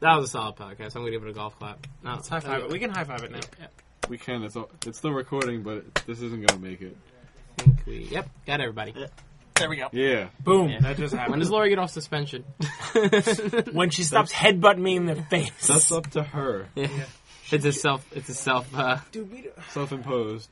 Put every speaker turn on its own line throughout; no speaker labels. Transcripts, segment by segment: That was a solid podcast. I'm gonna give it a golf clap. No,
Let's high five it. We can high five it now.
We can. It's all, it's still recording, but it, this isn't gonna make it.
I think we. Yep, got everybody.
There we go.
Yeah.
Boom.
Yeah.
That just
When
happened.
does Laura get off suspension?
when she stops headbutting me in the face.
That's up to her.
it's a self. It's a self. Uh,
Dude, we don't-
Self-imposed.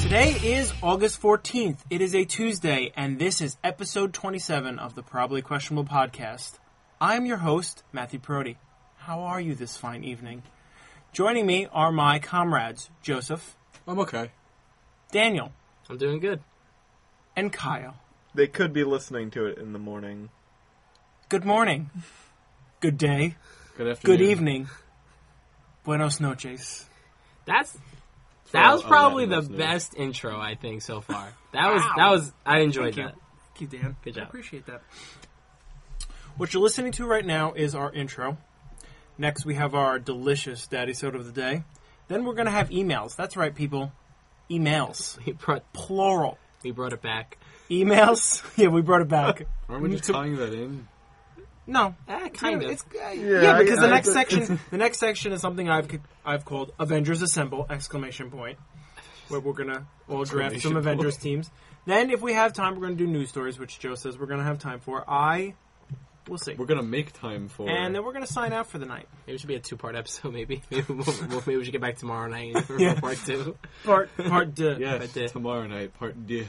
Today is August 14th. It is a Tuesday, and this is episode 27 of the Probably Questionable podcast. I'm your host, Matthew Prody. How are you this fine evening? Joining me are my comrades, Joseph,
I'm okay.
Daniel,
I'm doing good.
and Kyle.
They could be listening to it in the morning.
Good morning. Good day.
Good afternoon.
Good evening. Buenos noches.
That's that was
Oh,
probably
that
the
was nice.
best intro I think so far. That was that was I enjoyed
Thank
that.
you, Dan.
Good job.
I appreciate that. What you're listening to right now is our intro. Next, we have our delicious daddy soda of the day. Then we're going to have emails. That's right, people. Emails.
We brought
Plural.
we brought it back.
Emails. yeah, we brought it back.
Aren't we just tying that in?
No.
Ah, kind of.
It's, uh, yeah,
Yeah,
because
I-
the
I-
next
it's-
section, the next section is something I've c- I've called Avengers Assemble! Exclamation point, where we're gonna all draft
Exclamation
some
point.
Avengers teams. Then, if we have time, we're gonna do news stories, which Joe says we're gonna have time for. I, we'll see.
We're gonna make time for.
And then we're gonna sign out for the night.
Maybe it should be a two part episode. Maybe maybe we'll, we'll- maybe we should get back tomorrow night for
Yeah.
part two.
Part part D.
yes,
but, uh,
tomorrow night, part D.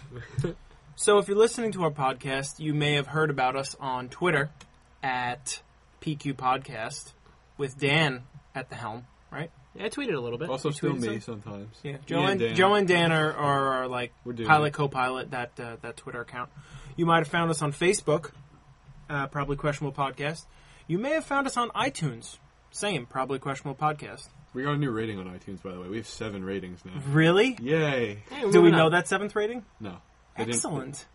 So, if you're listening to our podcast, you may have heard about us on Twitter at PQ Podcast with Dan at the helm, right?
Yeah, I tweeted a little bit.
Also,
You
still
tweeted
me
some?
sometimes.
Yeah,
Oh, Me
Joe and,
Dan.
Joe and Dan are, are, are like
We're doing
pilot
it.
co-pilot that uh, that Twitter account. You might have found us on Facebook, uh, probably questionable podcast. You may have found us on iTunes, same probably questionable podcast.
We got a new rating on iTunes, by the way. We have seven ratings now.
Really?
Yay!
Hey, we're
Do we
moving
know
up.
that seventh rating?
No, they didn't-
Excellent.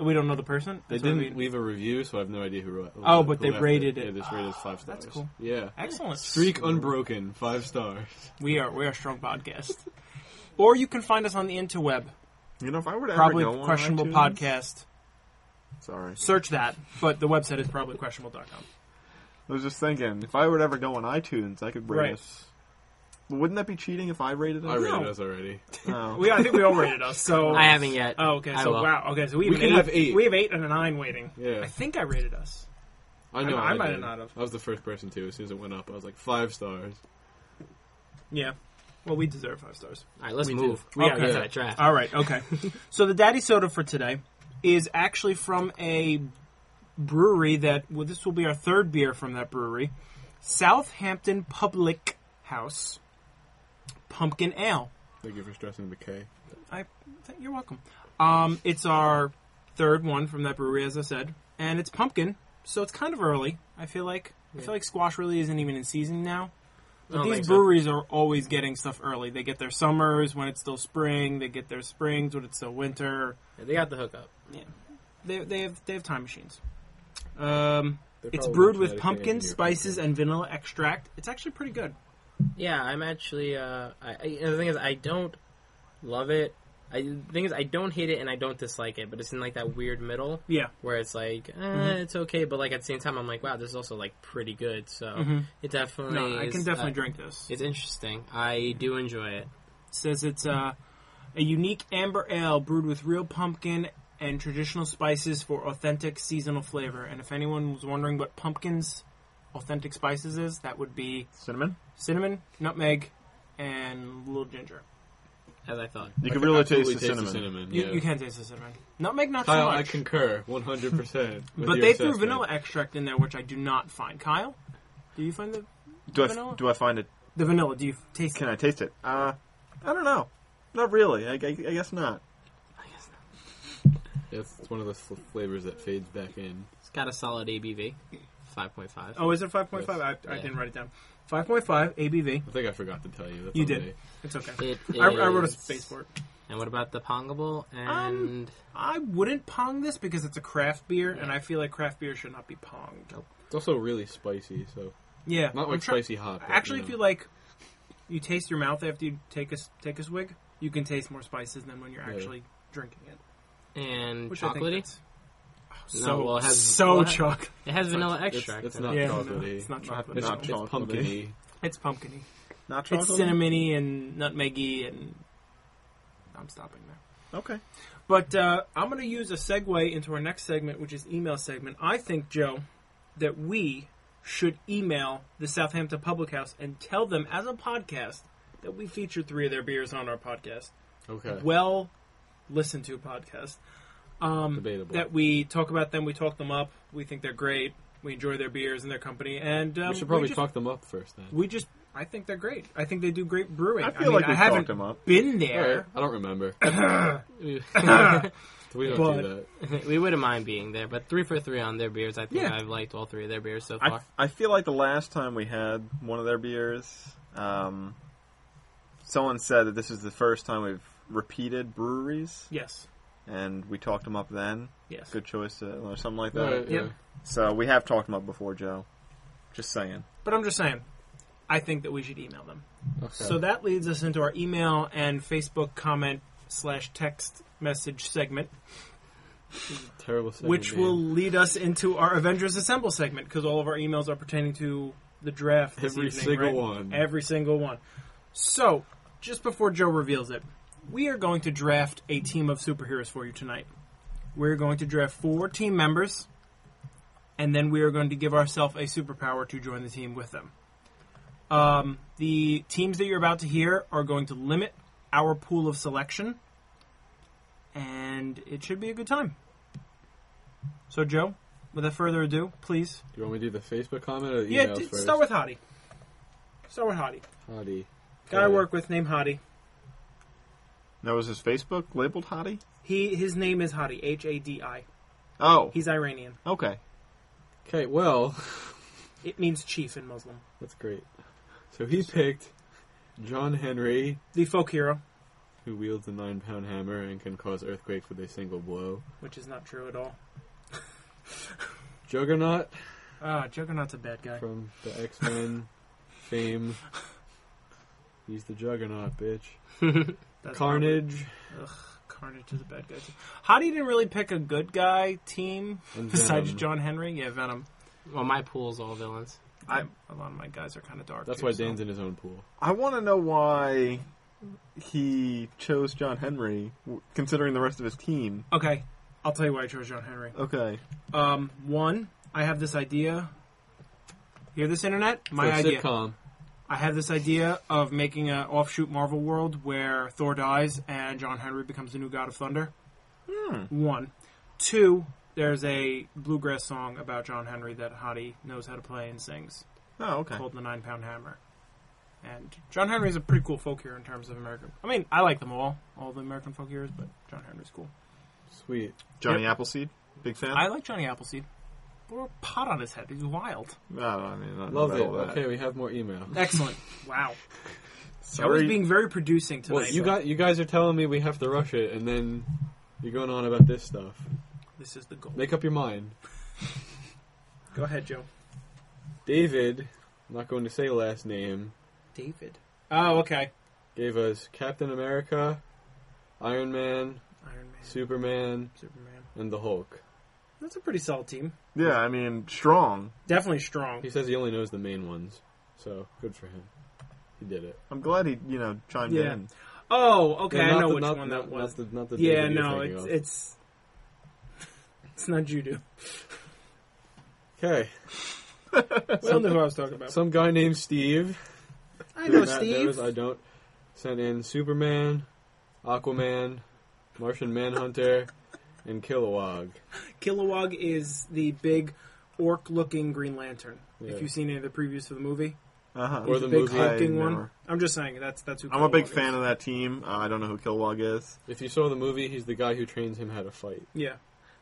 We don't know the person.
They
That's what I
didn't
mean.
leave a review, so I have no idea who. wrote-
Oh,
who
but they
left
rated
Yeah,
it. Ah,
this rated as five stars.
that's cool.
Yeah.
Excellent.
Streak unbroken, five stars.
We are we are a strong podcast. or you can find us on the interweb,
You know, if I were to
probably
ever go on
questionable
iTunes-
podcast.
Sorry,
Search that, but the website is probably questionable.com.
I was just thinking if I were to ever go on iTunes, I could rate
Right.
us. But Wouldn't that be cheating if I rated us?
I rated
No.
us already.
Oh.
We I think we all rated us. So
I haven't yet.
Oh, okay.
I
So
will.
wow. Okay, so we,
We
have
can
eight,
have eight.
We have eight and a nine waiting.
Yeah.
I think I rated us.
I know.
I- I might
did.
have not have.
I was the first person to. As soon as it went up, I was like five stars.
Yeah. Well, we deserve five stars.
All right, let's
We
move.
do.
We gotta get
Okay.
to that draft.
All right. Okay. so the daddy soda for today is actually from a brewery that well, this will be our third beer from that brewery, Southampton Public House Pumpkin Ale.
Thank you for stressing the K.
I th- you're welcome. Um, it's our third one from that brewery, as I said, and it's pumpkin, so it's kind of early. I feel like I feel like squash really isn't even in season now.
I
But
don't
these
think so.
breweries are always getting stuff early. They get their summers when it's still spring. They get their springs when it's still winter.
They got the hookup.
They, they have they have time machines. Um,
They're
it's
probably
brewed with
genetically
pumpkin
engineered
spices and vanilla extract. It's actually pretty good.
Yeah, I'm actually. Uh, I, I, and the thing is, I don't love it. I, the thing is, I don't hate it and I don't dislike it, but it's in like that weird middle
Yeah,
where it's like eh,
Mm-hmm.
it's okay, but like at the same time, I'm like, wow, this is also like pretty good. So it definitely.
Mm-hmm. no, I
is,
can definitely
uh,
drink this.
It's interesting. I do enjoy it.
says it's uh, a unique amber ale brewed with real pumpkin and traditional spices for authentic seasonal flavor. And if anyone was wondering what pumpkin's authentic spices is, that would be
Cinnamon.
cinnamon, nutmeg, and little ginger.
As I thought.
I
You can
can
really taste,
absolutely
the, cinnamon.
You,
yeah.
you can taste the cinnamon. Nutmeg, not so
Kyle,
much.
I concur 100%. with
but
your
they threw
assessment.
vanilla extract in there, which I do not find. Kyle, do you find the
Do I
Vanilla?
do I find it?
the vanilla? Do you taste
Can
it?
I taste it? Uh, I don't know. Not really. I, I, I guess not.
I guess not.
Yeah, It's it's one of those fl- flavors that fades back in.
It's got a solid ABV, five point five.
Oh, is it five point five? I, I
Yeah.
didn't write it down. 5.5 ABV.
I think I forgot to tell you. That's
You
on
did.
me.
It's okay.
It
I, I wrote a
is-
space for it.
And what about the Pongable?
Um,
And
I wouldn't pong this because it's a craft beer, and I feel like craft beer should not be ponged.
It's also really spicy, so
Yeah,
not
I'm
like
try-
spicy hot. But,
Actually,
you
if you
know.
like, you taste your mouth after you take a s- take a swig. You can taste more spices than when you're
Yeah.
actually drinking it.
and
Which I
chocolately.
think that's- so
well, it has-
so
well, it-
chocolate.
It has vanilla
It's-
extract.
it's
in
not
it.
Yeah,
chocolatey.
no, it's not chocolate.
it's,
no.
it's
chocolatey.
pumpkiny.
It's pumpkiny.
Not chocolate.
It's cinnamony and nutmeggy, and I'm stopping there.
Okay.
But uh, I'm going to use a segue into our next segment, which is email segment. I think, Joe, that we should email the Southampton Public House and tell them as a podcast that we featured three of their beers on our podcast.
Okay,
Well listened to podcast. Um,
debatable.
that we talk about them, we talk them up, we think they're great, we enjoy their beers and their company, and um,
we should probably
just,
talk them up first then.
We just, I think they're great. I think they do great brewing.
I feel
mean,
like
I
we
haven't
talked them up.
been
All
there.
right, I don't remember. we don't
But-
do that.
we wouldn't mind being there, but three for three on their beers. I think
Yeah.
I've liked all three of their beers so
I,
far.
I feel like the last time we had one of their beers, um, someone said that this is the first time we've repeated breweries,
Yes,
and we talked them up then.
yes.
Good choice, to, or something like
All
that.
right, yeah.
Yep.
So we have talked them up before, Joe. Just saying.
But I'm just saying, I think that we should email them.
Okay.
So that leads us into our email and Facebook comment slash text message segment,
terrible. segment
which
name.
will lead us into our Avengers Assemble segment because all of our emails are pertaining to the draft. this
Every
evening,
single
right?
one.
Every single one. So just before Joe reveals it, we are going to draft a team of superheroes for you tonight. We're going to draft four team members, and then we are going to give ourselves a superpower to join the team with them. Um, the teams that you're about to hear are going to limit our pool of selection, and it should be a good time. So, Joe, without further ado, please.
you want me to do the Facebook comment or the
Yeah,
emails
t-
first?
start with Hottie. Start with Hottie.
Hottie.
Guy I
Okay.
work with named Hottie.
That was his Facebook labeled Hottie?
He his name is Hadi, H A D I.
Oh,
He's Iranian.
okay.
Okay, well,
It means chief in Muslim.
that's great. So he picked John Henry,
The folk hero,
who wields a nine-pound hammer and can cause earthquakes with a single blow.
which is not true at all.
Juggernaut
Ah, Juggernaut's a bad guy.
from the X-Men fame. He's the Juggernaut, bitch.
That's
Carnage
probably- Ugh, Carnage is a bad guy. Too. Hottie didn't really pick a good guy team
and
besides
Venom.
John Henry. Yeah, Venom.
Well, my pool's all villains.
I a lot of my guys are kind of dark.
That's
too,
why
so-
Dan's in his own pool.
I want to know why he chose John Henry, w- considering the rest of his team.
Okay, I'll tell you why I chose John Henry.
Okay.
Um, one, I have this idea. Hear this, internet? My
so
idea.
sitcom.
I have this idea of making an offshoot Marvel world where Thor dies and John Henry becomes the new God of Thunder. One. Two, there's a bluegrass song about John Henry that Hottie knows how to play and sings
Oh, okay.
called The Nine Pound Hammer. And John Henry's a pretty cool folk hero in terms of American. I mean, I like them all, all the American folk heroes, but John Henry's cool.
Sweet.
Johnny Appleseed? Big fan?
I like Johnny Appleseed. Throw a pot on his head. He's wild.
I don't know, Oh, I mean, I don't know
Love
about
it.
all that.
Okay, we have more email.
Excellent. wow. I
Sorry.
was being very producing tonight.
Well, you got you guys are telling me we have to rush it, and then you're going on about this stuff.
this is the goal.
Make up your mind,
Go ahead, Joe.
David. I'm not going to say last name.
David. Oh, okay.
Gave us Captain America, Iron Man,
Iron Man,
Superman,
Superman.
and the Hulk.
That's a pretty solid team.
Yeah, I mean, strong.
Definitely strong.
He says he only knows the main ones, so good for him. He did it.
I'm glad he, you know, chimed
Yeah.
in.
Oh, okay.
No,
I
not
know
the-
which
not-
one
not-
that was.
Not the, not the
yeah,
David you're
no,
thinking
it's
of.
it's it's not Judo.
okay.
We all knew who I was talking about.
Some guy named Steve.
I know
Matt knows,
Steve.
I don't. Sent in Superman, Aquaman, Martian Manhunter, and Kilowog.
Kilowog is the big orc-looking Green Lantern.
Yeah.
If you've seen any of the previews for the movie,
Uh-huh.
Or
he's
the
big
movie.
hulking
I
one.
never-
I'm just saying that's that's who.
I'm a big
Kilowog
fan
is.
of that team. Uh, I don't know who Kilowog is.
If you saw the movie, he's the guy who trains him how to fight.
Yeah,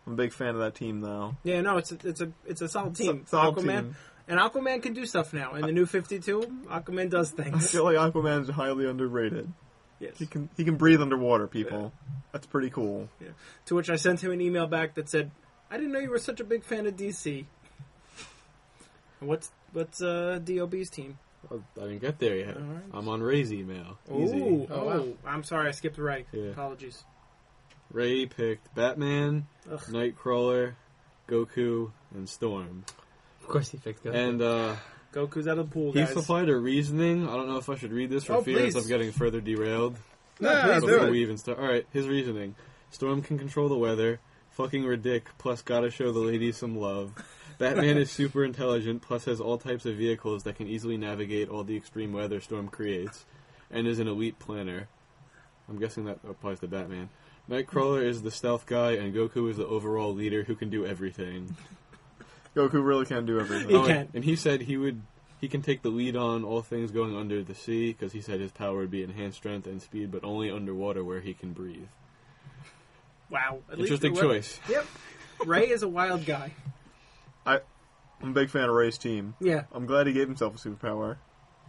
I'm a big fan of that team, though.
yeah. No, it's a, it's a it's a solid team.
Solid
Aquaman.
team.
And Aquaman can do stuff now. In the new 52, Aquaman does
I
things.
feel like Aquaman's highly underrated.
Yes.
He can he can breathe underwater, people. That's pretty cool.
Yeah. To which I sent him an email back that said, "I didn't know you were such a big fan of DC." What's what's uh, Dob's team?
Well, I didn't get there yet.
Alright.
I'm on Ray's email. Easy.
Ooh,
Oh,
oh,
wow.
I'm sorry, I skipped right.
Yeah.
Apologies.
Ray picked Batman,
Ugh.
Nightcrawler, Goku, and Storm.
Of course, he fixed it.
And uh,
Goku's out of the pool,
he
guys.
supplied a reasoning. I don't know if I should read this for
Oh,
fears
please.
of getting further derailed.
Yeah,
before we even start. All right, his reasoning: Storm can control the weather. Fucking ridic. Plus, gotta show the ladies some love. Batman is super intelligent. Plus, has all types of vehicles that can easily navigate all the extreme weather Storm creates, and is an elite planner. I'm guessing that applies to Batman. Nightcrawler is the stealth guy, and Goku is the overall leader who can do everything.
Goku really can do everything.
He
Oh,
can.
And he said he would. He can take the lead on all things going under the sea because he said his power would be enhanced strength and speed, but only underwater where he can breathe.
Wow, at least
Interesting
we were-
choice.
Yep. Ray is a wild guy.
I'm a big fan of Ray's team.
Yeah,
I'm glad he gave himself a superpower.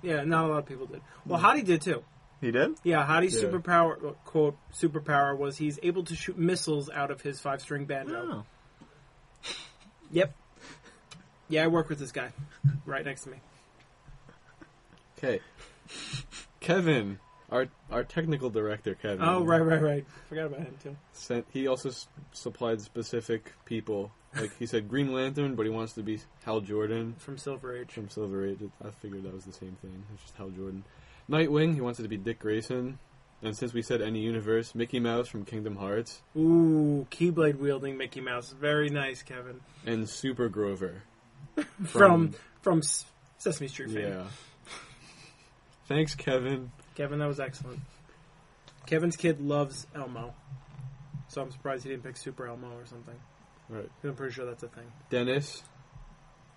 yeah. Not a lot of people did. Well, Hottie did too.
He did?
Yeah, Hottie's
Yeah.
superpower well, quote superpower was he's able to shoot missiles out of his five string banjo.
Oh.
Yep. Yeah, I work with this guy right next to me.
Okay. Kevin, our our technical director, Kevin.
Oh, right, right, right. Forgot about him too.
Sent, he also s- supplied specific people. Like he said, Green Lantern, but he wants to be Hal Jordan
From Silver Age.
from Silver Age. I figured that was the same thing. It's just Hal Jordan. Nightwing, he wants it to be Dick Grayson. And since we said any universe, Mickey Mouse from Kingdom Hearts
Ooh, keyblade wielding Mickey Mouse. Very nice, Kevin.
and Super Grover.
From from, S Sesame Street fame.
yeah. Thanks, Kevin.
Kevin, that was excellent. Kevin's kid loves Elmo. So I'm surprised he didn't pick Super Elmo or something.
Right.
I'm pretty sure that's a thing.
Dennis,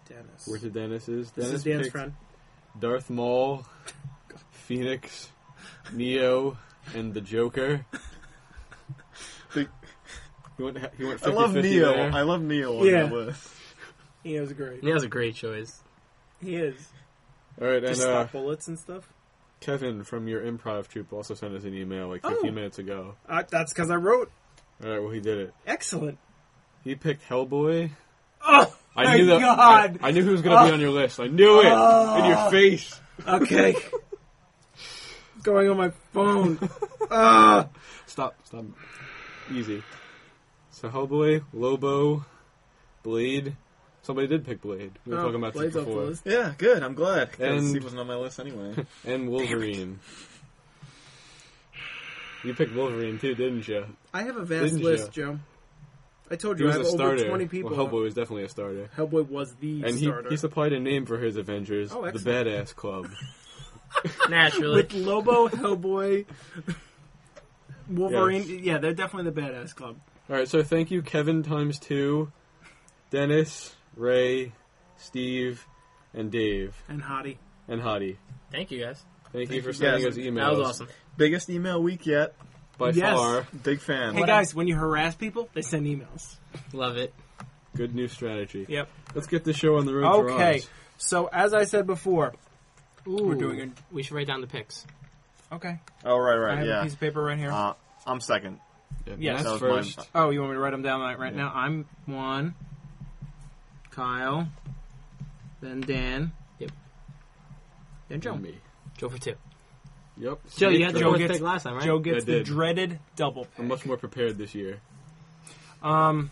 Dennis.
where to Dennis is?
this
Dennis
is Dan's
picked-
friend.
Darth Maul, Phoenix, Neo, and the Joker.
The-
He went, he went 50,
I love Neo.
Neo. There.
I love Neo on
Yeah.
the list.
He is great.
that was a great choice.
He is.
All right, and
Just
uh,
stop bullets and stuff.
Kevin from your improv troupe also sent us an email like
Oh.
15 minutes ago.
Uh, that's because I wrote
All right, well, he did it.
excellent.
He picked Hellboy.
Oh
I
my
knew that.
god.
I, I knew who was going to be
Oh.
on your list. I knew it.
Oh.
In your face.
Okay. Going on my phone. Ah.
Stop. Stop. Easy. So Hellboy, Lobo, Blade. Somebody did pick Blade. We were
Oh,
talking about this
Blade's off the
before.
list.
Yeah, good. I'm glad. 'Cause
And-
he wasn't on my list anyway.
And Wolverine. You picked Wolverine too, didn't you?
I have a vast
Didn't
list,
you?
Joe. I told
He
you I
was
have
a
over
starter.
twenty people.
Well, Hellboy was definitely a starter.
Hellboy was the
And he,
starter
he supplied a name for his Avengers,
Oh,
the
excellent.
Badass Club.
Naturally.
with Lobo, Hellboy, Wolverine.
Yes.
Yeah, they're definitely the badass club.
All right, so thank you, Kevin times two, Dennis, Ray, Steve, and Dave,
And Hottie.
and Hottie.
Thank you guys.
Thank, you for
you,
sending
guys.
us emails.
That was awesome.
Biggest email week yet.
By
Yes.
far,
Big fan.
Hey guys, when you harass people, they send emails.
Love it.
good new strategy.
Yep.
Let's get this show on the road. for
Okay.
Oz.
So as I said before, we're doing it.
We should write down the picks.
Okay.
Oh
I
right,
have
right,
a
yeah.
piece of paper right here.
Um,
Uh, I'm second.
Yeah,
Yes.
That
that's
was
first.
mine.
Oh, you want me to write them down like, right
Yeah.
now? I'm one, Kyle, then Dan,
Yep.
then Joe.
Me.
Joe for two.
Yep.
Joe, you had
Sneak
Joe
Fourth
peek.
gets-
pick last time, right?
Joe
I
gets the
did.
dreaded double
I'm
pick.
much more prepared this year.
Um,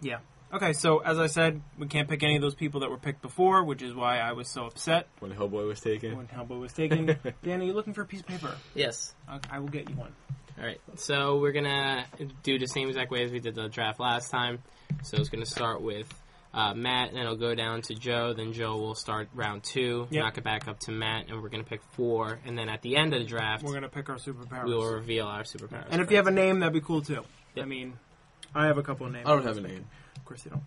yeah. Okay, so as I said, we can't pick any of those people that were picked before, which is why I was so upset
when Hellboy was taken.
when Hellboy was taken. Dan, are you looking for a piece of paper?
Yes.
I, I will get you one.
All right. So we're gonna do the same exact way as we did the draft last time. So it's gonna start with uh, Matt, and then it'll go down to Joe. Then Joe will start round two,
Yep.
knock it back up to Matt, and we're gonna pick four. And then at the end of the draft,
We're gonna pick our superpowers.
we will reveal our superpowers.
and if you have a name, that'd be cool too. I mean, I have a couple of names.
I don't have a name.
Of course you don't.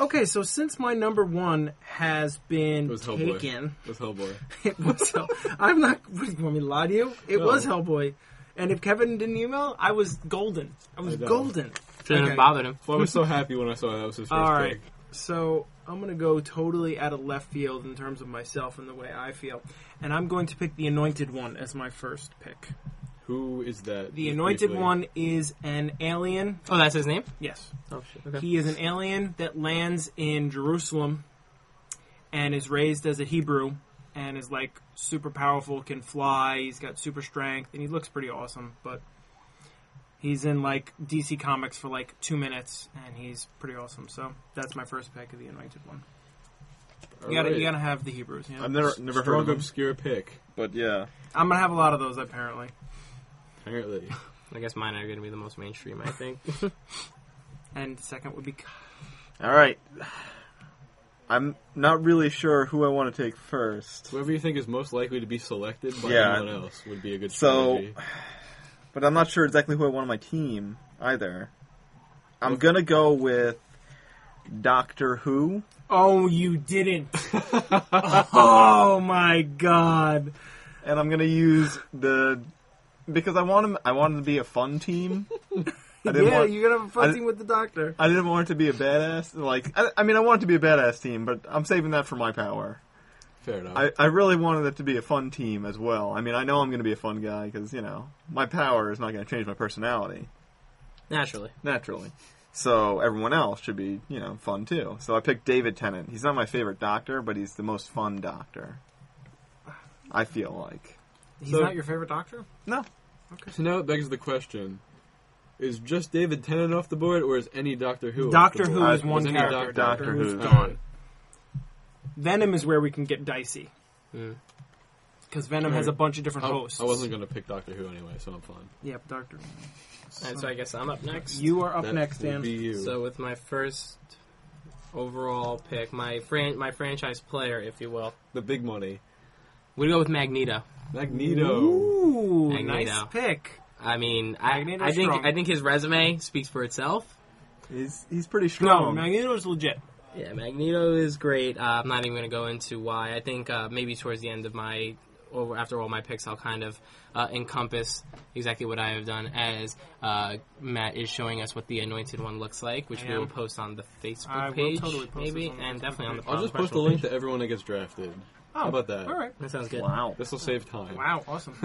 Okay, so since my number one has been
It was Hellboy.
taken,
It was Hellboy.
it was Hell- I'm not. What, you want me to lie to you? It
No.
was Hellboy. And if Kevin didn't email, I was golden. I was
I know.
golden.
shouldn't
okay.
have bothered him.
Well, I was so happy when I saw that was his first
All right.
pick.
So I'm going to go totally out of left field in terms of myself and the way I feel, and I'm going to pick the Anointed One as my first pick.
Who is that?
The
Just
Anointed
briefly.
One is an alien.
Oh, that's his name.
Yes,
Oh shit. Okay.
he is an alien that lands in Jerusalem and is raised as a Hebrew and is like super powerful, can fly, he's got super strength, and he looks pretty awesome, but he's in like DC Comics for like two minutes and he's pretty awesome. So that's my first pick of the Anointed One. You gotta,
Alright.
you gotta have the Hebrews. You know?
I've
I'm,
never never heard
Strong
of him,
obscure pick.
but yeah,
gonna have a lot of those apparently.
Apparently,
I guess mine are gonna be the most mainstream. I think.
And second would be Ka-
all right. I'm not really sure who I want to take first,
whoever you think is most likely to be selected by
Yeah.
anyone else would be a good
So-
strategy.
but I'm not sure exactly who I want on my team either. I'm gonna go with Doctor Who.
Oh, you didn't! oh my God!
and I'm gonna use the because I want him. I wanted to be a fun team. I didn't
yeah,
want.
you're gonna have a
I
fun
di-
team with the Doctor.
I didn't want it to be a badass. Like I, I mean, I want it to be a badass team, but I'm saving that for my power.
Fair enough.
I, I really wanted it to be a fun team as well. I mean, I know I'm gonna be a fun guy because you know my power is not gonna change my personality
Naturally.
naturally. So everyone else should be you know fun too. So I picked David Tennant. He's not my favorite Doctor, but he's the most fun Doctor. I feel like
He's
So-
not your favorite doctor?
no.
so now it begs the question: Is just David Tennant off the board, or is any Doctor Who? off
Doctor
the
Who
board?
is one
any
character.
Doctor,
Doctor
Who's
Who.
gone.
Venom is where we can get dicey.
Mm.
Because Venom has a bunch of different
Oh,
hosts.
I wasn't going to pick Doctor Who anyway, so I'm fine.
Yep, Doctor.
And so I guess I'm up next.
You are up
That
next,
would
Dan.
Be you.
So with my first overall pick, my fran- my franchise player, if you will,
the big money,
we go with Magneto.
Magneto.
Ooh,
Magneto.
nice pick.
I mean, I,
Magneto's
I think
strong.
I think his resume speaks for itself.
He's he's pretty
No,
strong.
Magneto's legit.
Yeah, Magneto is great. Uh, I'm not even going to go into why. I think uh, maybe towards the end of my, or after all my picks, I'll kind of uh, encompass exactly what I have done as uh, Matt is showing us what the Anointed One looks like, which
I
we
am.
will post on the Facebook
I will
page,
totally post
maybe,
this on the
and
Facebook
definitely on the.
page.
I'll just
Problem
post a
Special
link
page.
to everyone that gets drafted.
Oh,
How about that?
All right.
That sounds good.
Wow.
This will save time.
Wow, awesome.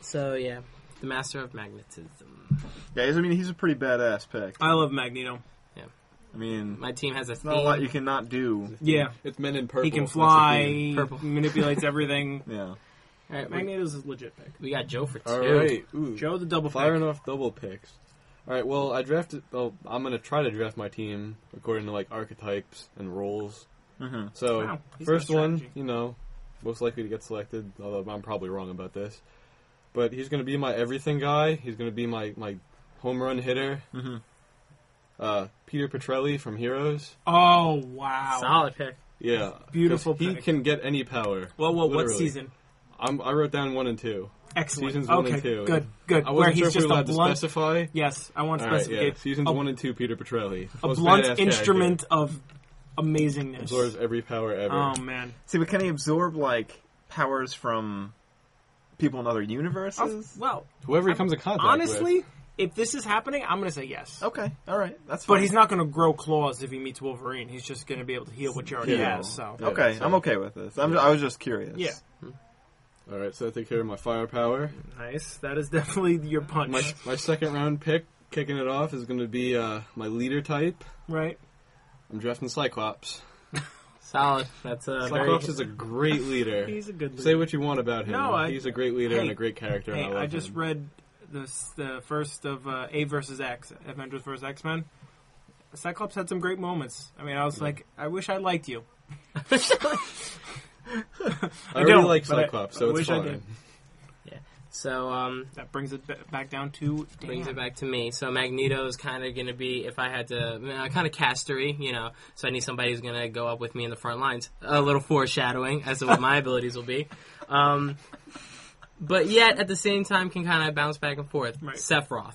So yeah, the Master of Magnetism.
Yeah, he's- I mean, he's a pretty badass pick.
I love Magneto.
I mean,
My team has a
it's
theme.
not a lot you cannot do.
Yeah.
It's men in purple.
He can
That's the
fly,
theme.
he
Purple.
manipulates everything.
Yeah.
All right, we,
Magneto's a legit pick.
we got Joe for two.
All right. Ooh.
Joe the double
Firing
pick.
off double picks. All right. Well, I drafted. Well, I'm gonna try to draft my team according to like archetypes and roles.
hmm
So
Wow, he's got
first one,
strategy.
you know, most likely to get selected. Although I'm probably wrong about this, but he's gonna be my everything guy. He's gonna be my my home run hitter.
Mhm.
Uh, Peter Petrelli from Heroes.
Oh wow.
Solid pick.
Yeah,
Beautiful
'cause He
pick.
can get any power.
Well, well, what
Literally.
season?
I'm, I wrote down one and two.
Excellent.
Seasons
okay,
one and two.
good, good.
I
Where
wasn't
he's
sure if we
just
were
a
allowed to
blunt.
specify.
Yes, I want
All right, yeah.
specification.
Seasons
a
one and two, Peter Petrelli.
a
Most badass
blunt
character.
instrument of amazingness.
Absorbs every power ever.
Oh man,
See, but can he absorb like powers from people in other universes?
well,
Whoever he comes in contact
honestly,
with.
if this is happening, I'm gonna say yes.
Okay, all right, that's fine.
But he's not gonna grow claws if he meets Wolverine. He's just gonna be able to heal what you already
Yeah.
have. So
Yeah.
Okay,
so-
I'm okay with this. I'm, I was just curious.
Yeah.
All right, so I take care of my firepower.
nice. That is definitely your punch,
My my second round pick, kicking it off, is going to be uh, my leader type.
right?
I'm drafting Cyclops.
Solid. That's a very.
Cyclops is a great leader.
Uh, He's a good.
Say
leader.
what you want about him.
No, I-
he's a great leader
Hey,
and a great character.
Hey,
and I,
I
love
just
him.
read the s- the first of uh, A versus X, Avengers versus X Men. Cyclops had some great moments. I mean, I was like, I wish I liked you.
I really
don't,
like
but I-
Cyclops,
I
so it's
wish I
fine.
did.
so um,
That brings it ba- back down to
brings
Dan.
it back to me. So Magneto is kind of going to be, if I had to, uh, kind of castery, you know. So I need somebody who's going to go up with me in the front lines. A little foreshadowing as to what my abilities will be. Um, but yet, at the same time, can kind of bounce back and forth.
Right.
Sephiroth.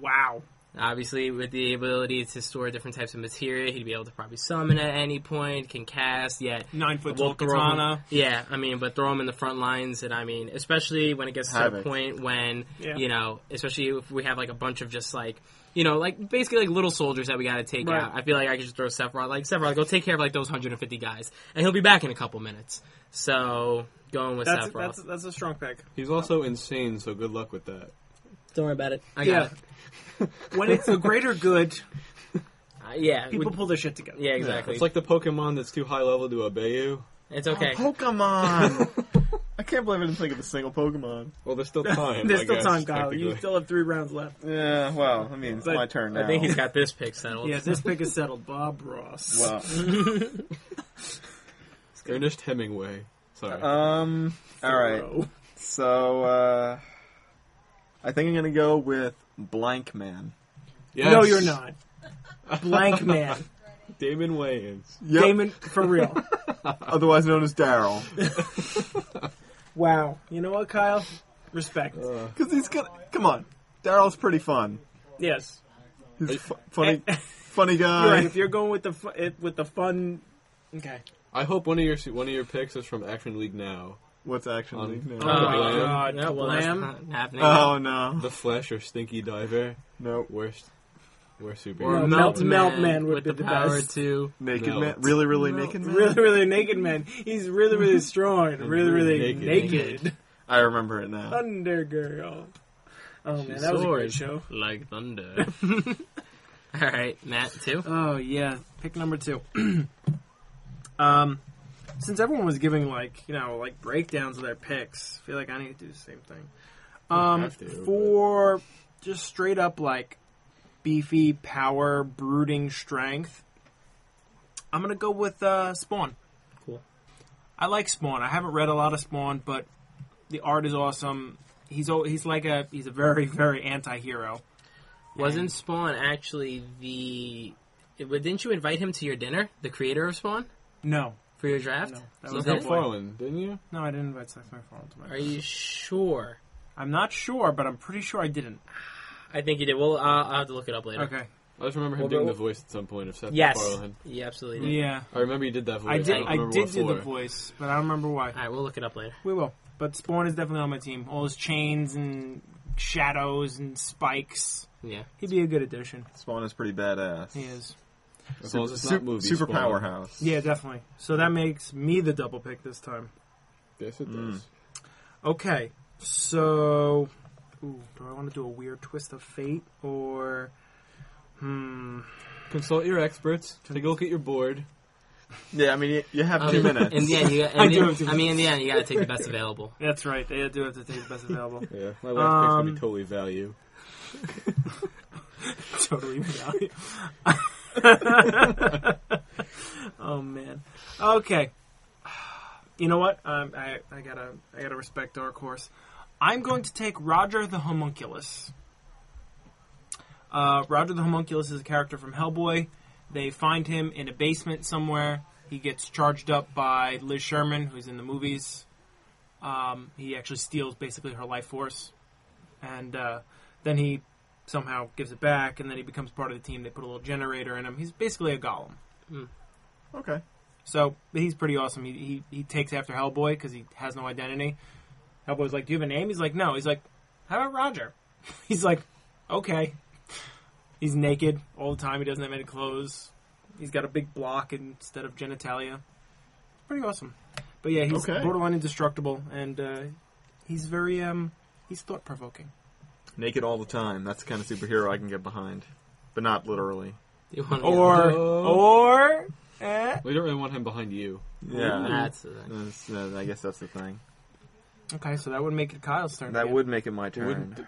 Wow.
Obviously, with the ability to store different types of materia, he'd be able to probably summon at any point, can cast, yet.
Nine foot
We'll
tall
throw him-
katana.
yeah, I mean, but throw him in the front lines, and I mean, especially when it gets to a
Havoc.
point when
Yeah.
you know, especially if we have like a bunch of just like you know, like basically like little soldiers that we got to take
Right.
out. I feel like I could just throw Sephiroth, like Sephiroth, go take care of like those 150 guys, and he'll be back in a couple minutes. So going with
That's,
Sephiroth,
that's that's a strong pick.
He's also insane, so good luck with that.
don't worry about it. I
Yeah.
got it.
When it's the greater good,
Uh, yeah,
people
we-
pull their shit together.
yeah, exactly.
It's like the Pokemon that's too high level to obey you.
It's okay.
Pokemon. I can't believe I didn't think of a single Pokemon.
Well, there's still time.
There's
I
still
guess,
time, Kyle. You
technically.
still have three rounds left.
Yeah, well, I mean, it's
But
my turn now.
I think he's got this pick settled.
Yeah, this pick is settled. Bob Ross.
Wow.
Ernest Hemingway. Sorry.
Uh,
Um. All right.
Bro.
So, uh, I think I'm gonna go with Blank Man.
Yes.
No, you're not. Blank man.
Damon Wayans.
Yep.
Damon, for real.
Otherwise known as Daryl.
Wow. You know what, Kyle? Respect.
Because he's gonna. Come on, Daryl's pretty fun.
yes.
He's fu- funny, funny
You're right.
guy.
If you're going with the fu- it, with the fun, uh, okay.
I hope one of your one of your picks is from Action League Now,
What's action
Um,
league
Oh,
now?
uh, Blam.
God,
yeah, well, that's
Blam.
not happening.
Oh no,
The Flesh or Stinky Diver.
no,
Worst, worst
Or
superhero.
Melt-
Meltman
Meltman would
with
be
the
the
power
best.
to
naked
No.
man, really, really
No.
naked man.
Really, really naked man. He's really, really strong. and Really, really naked.
Naked.
I remember it now.
Thunder Girl. Oh man, that was a great
soars
show.
like thunder. All right, Matt, too.
Oh yeah, pick number two. um, since everyone was giving like you know like breakdowns of their picks, I feel like I need to do the same thing. Um,
have to, but-
for just straight up like beefy power, brooding strength, I'm gonna go with uh, Spawn.
Cool.
I like Spawn. I haven't read a lot of Spawn, but the art is awesome. He's al- he's like a he's a very very anti-hero.
Wasn't Spawn actually the? it- well, Didn't you invite him to your dinner? The creator of Spawn
No,
for your draft.
No, that
You
was
did?
Hellboy.
McFarlane, didn't you?
no, I didn't invite Sex McFarlane to my.
Are you sure?
I'm not sure, but I'm pretty sure I didn't.
I think you did. Well, I'll, I'll have to look it up later.
Okay.
I just remember him
Well,
doing
but-
the voice at some point of Seth
Yes.
MacFarlane.
You absolutely did.
Yeah.
I remember you did that voice.
I did
don't
I
remember
did
what
do the
for.
voice, but I don't remember why.
All right, we'll look it up later.
We will. But Spawn is definitely on my team. All his chains and shadows and spikes.
Yeah.
He'd be a good addition.
Spawn is pretty badass.
He is.
As long as it's
Su-
not movie
super
Spawn.
powerhouse.
Yeah, definitely. So that makes me the double pick this time.
Yes, it does.
Hmm.
Okay. So ooh, do I want to do a weird twist of fate or hmm
Consult your experts. Take a look at your board.
Yeah, I mean, you, you have
Um,
two minutes.
In the end, you, in
I do
the-
have two
I mean, in the end, you got to take the best available.
That's right. They do have to take the best available.
Yeah, my last pick's gonna
Um,
be totally value.
totally value. oh man. Okay. You know what? Um, I, I gotta I gotta respect our course. I'm going to take Roger the Homunculus. Uh, Roger the Homunculus is a character from Hellboy. They find him in a basement somewhere. He gets charged up by Liz Sherman, who's in the movies. Um, he actually steals basically her life force, and uh, then he somehow gives it back, and then he becomes part of the team. They put a little generator in him. He's basically a golem.
Okay.
So he's pretty awesome. He he, he takes after Hellboy because he has no identity. Hellboy's like, "Do you have a name?" He's like, "No." He's like, "How about Roger?" He's like, "Okay." He's naked all the time. He doesn't have any clothes. He's got a big block instead of genitalia. Pretty awesome. But yeah, he's
Okay.
borderline indestructible, and uh, he's very um he's thought provoking.
Naked all the time. That's the kind of superhero I can get behind, but not literally.
You want
Or or. eh,
We don't really want him behind you.
Yeah.
that's the thing.
That's, uh, I guess that's the thing.
Okay, so that would make it Kyle's turn.
That
again.
would make it my turn.
Wouldn't-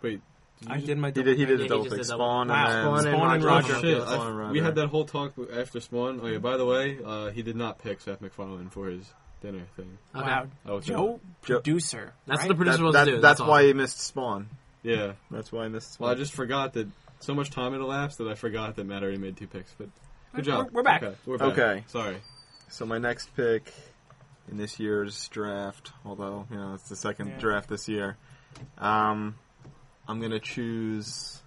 Wait.
I did my
He
double
did. He
Yeah,
did a
he
double
just
pick.
did a double-
Spawn
Wow,
and then
Spawn and
Spawn and
Oh,
Roger.
shit.
Spawn
I-
and Roger.
we had that whole talk after Spawn. Oh yeah. By the way, uh, he did not pick Seth MacFarlane for his dinner thing.
Okay.
Wow,
Oh, okay.
Joe,
Joe-
producer.
That's
right?
what the producer
That-
was
that-
to do.
That's
all.
why he missed Spawn.
Yeah.
That's why I missed Spawn.
Well, I just forgot that so much time had elapsed that I forgot that Matt already made two picks. But
We're-
good job.
we're back.
Okay. We're back.
Okay.
Sorry.
So my next pick in this year's draft, although you know it's the second
Yeah.
draft this year, um, I'm gonna choose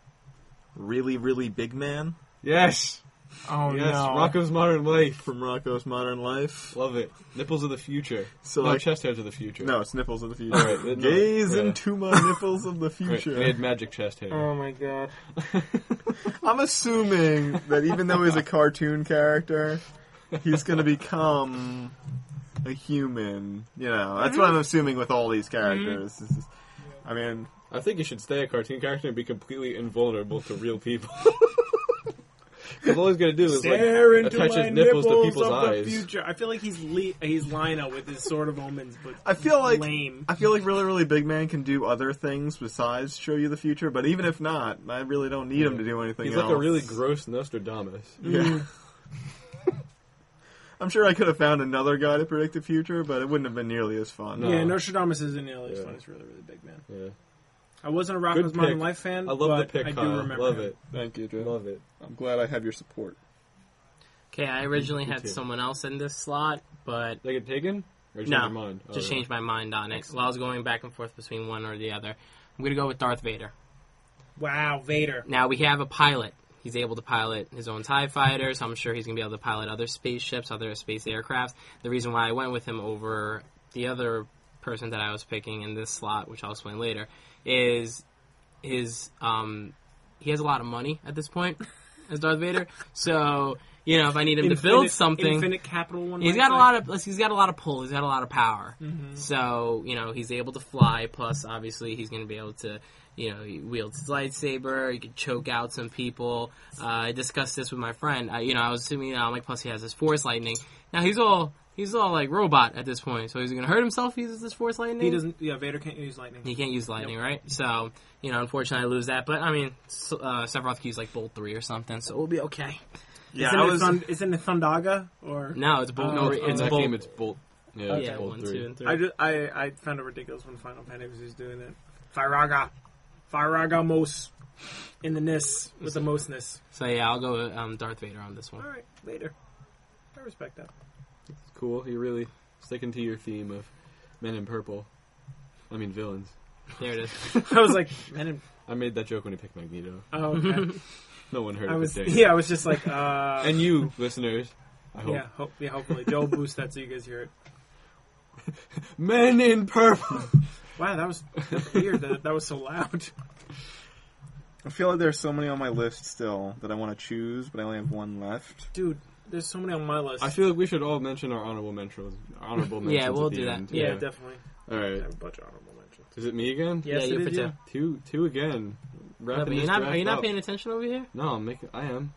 Really, really big man.
Yes,
Oh
yes.
no.
Rocco's Modern Life.
From Rocco's Modern Life.
Love it. Nipples of the future.
So,
no,
like-
chest hairs of the future.
No, it's nipples of the future.
Oh, All right, no,
Gaze
yeah.
into my nipples of the
Right,
future.
They had magic chest hair.
Oh my god.
I'm assuming that even though he's a cartoon character, he's going to become a human. You know, that's what I'm assuming with all
Mm-hmm.
these characters. This is- I mean,
I think you should stay a cartoon character and be completely invulnerable to real people. 'Cause all he's gonna do is
Stare
like
into
attach
my
his nipples,
nipples
to people's
of the
eyes.
future. I feel like he's le- he's Lina with his sword of omens, but
I feel like
lame.
I feel like really, really big man can do other things besides show you the future. But even if not, I really don't need him to do anything.
He's
else.
like a really gross Nostradamus.
Yeah. I'm sure I could have found another guy to predict the future, but it wouldn't have been nearly as fun.
No.
Yeah, Nostradamus isn't nearly as
Yeah.
fun. He's really, really big man.
Yeah.
I wasn't a
Good
Rocko's
pick.
Modern Life fan.
I love the
but
pick,
I do
Kyle.
remember
Love
him.
it.
Thank you, Drew.
Love it.
I'm glad I have your support.
Okay, I originally had
too.
someone else in this slot, but
Like a pagan? Or change
no,
your mind?
just
Oh,
changed my mind on it. While I was going back and forth between one or the other, I'm gonna go with Darth Vader.
Wow, Vader.
Now we have a pilot. He's able to pilot his own TIE fighter, so I'm sure he's going to be able to pilot other spaceships, other space aircraft. The reason why I went with him over the other person that I was picking in this slot, which I'll explain later, is his um, he has a lot of money at this point as Darth Vader. So you know, if I need him to build
Infinite-
something,
Infinite capital one.
He's got a lot of he's got a lot of pull. He's got a lot of power. So you know he's able to fly. Plus, obviously, he's going to be able to you know he wields his lightsaber. He can choke out some people. Uh, I discussed this with my friend. I, you know, I was assuming um, like plus he has his force lightning. Now he's all he's all like robot at this point. So he's going to hurt himself. He uses this force lightning.
He doesn't. Yeah, Vader can't use lightning.
He can't use lightning, right? So, you know, unfortunately, I lose that. But I mean, S- uh, Sephiroth can use like Bolt three or something, so we'll be okay.
Yeah,
isn't,
I
it
was.
Thund- isn't it Thundaga or?
No, it's Bolt.
Oh,
no,
it's
In
it's
Uh, that
Bolt.
game, it's Bolt. Yeah, it's
yeah,
Bolt
one,
3.
two, and three.
I, just, I I found it ridiculous when Final Fantasy was doing it. Firaga, Firaga Mos, in the ness with the mostness.
So yeah, I'll go with um, Darth Vader on this one.
All right, Vader. I respect that.
Cool. You're really sticking to your theme of men in purple. I mean, villains.
There it is.
I was like, man, I'm-
I made that joke when you picked Magneto.
oh, okay.
No one heard
I
it.
was
but Dave.
yeah, I was just like, uh,
And you, listeners, I hope.
yeah, hope, yeah, hopefully Joe boost that so you guys hear it.
Men in purple!
Wow, that was that's weird. that, that was so loud.
I feel like there's so many on my list still that I want to choose, but I only have one left.
Dude, there's so many on my list.
I feel like we should all mention our honorable mentions. Honorable mentions.
Yeah, we'll
at the
do that.
end.
yeah, definitely.
All
I
right.
have a bunch of honorable mentions.
Is it me again?
Yes,
yeah,
it
you
is,
put
yeah.
two.
Two, two again.
No,
Wrapping
but you're
this
not,
draft
are you not
up.
paying attention over here?
No, I'm making. I am.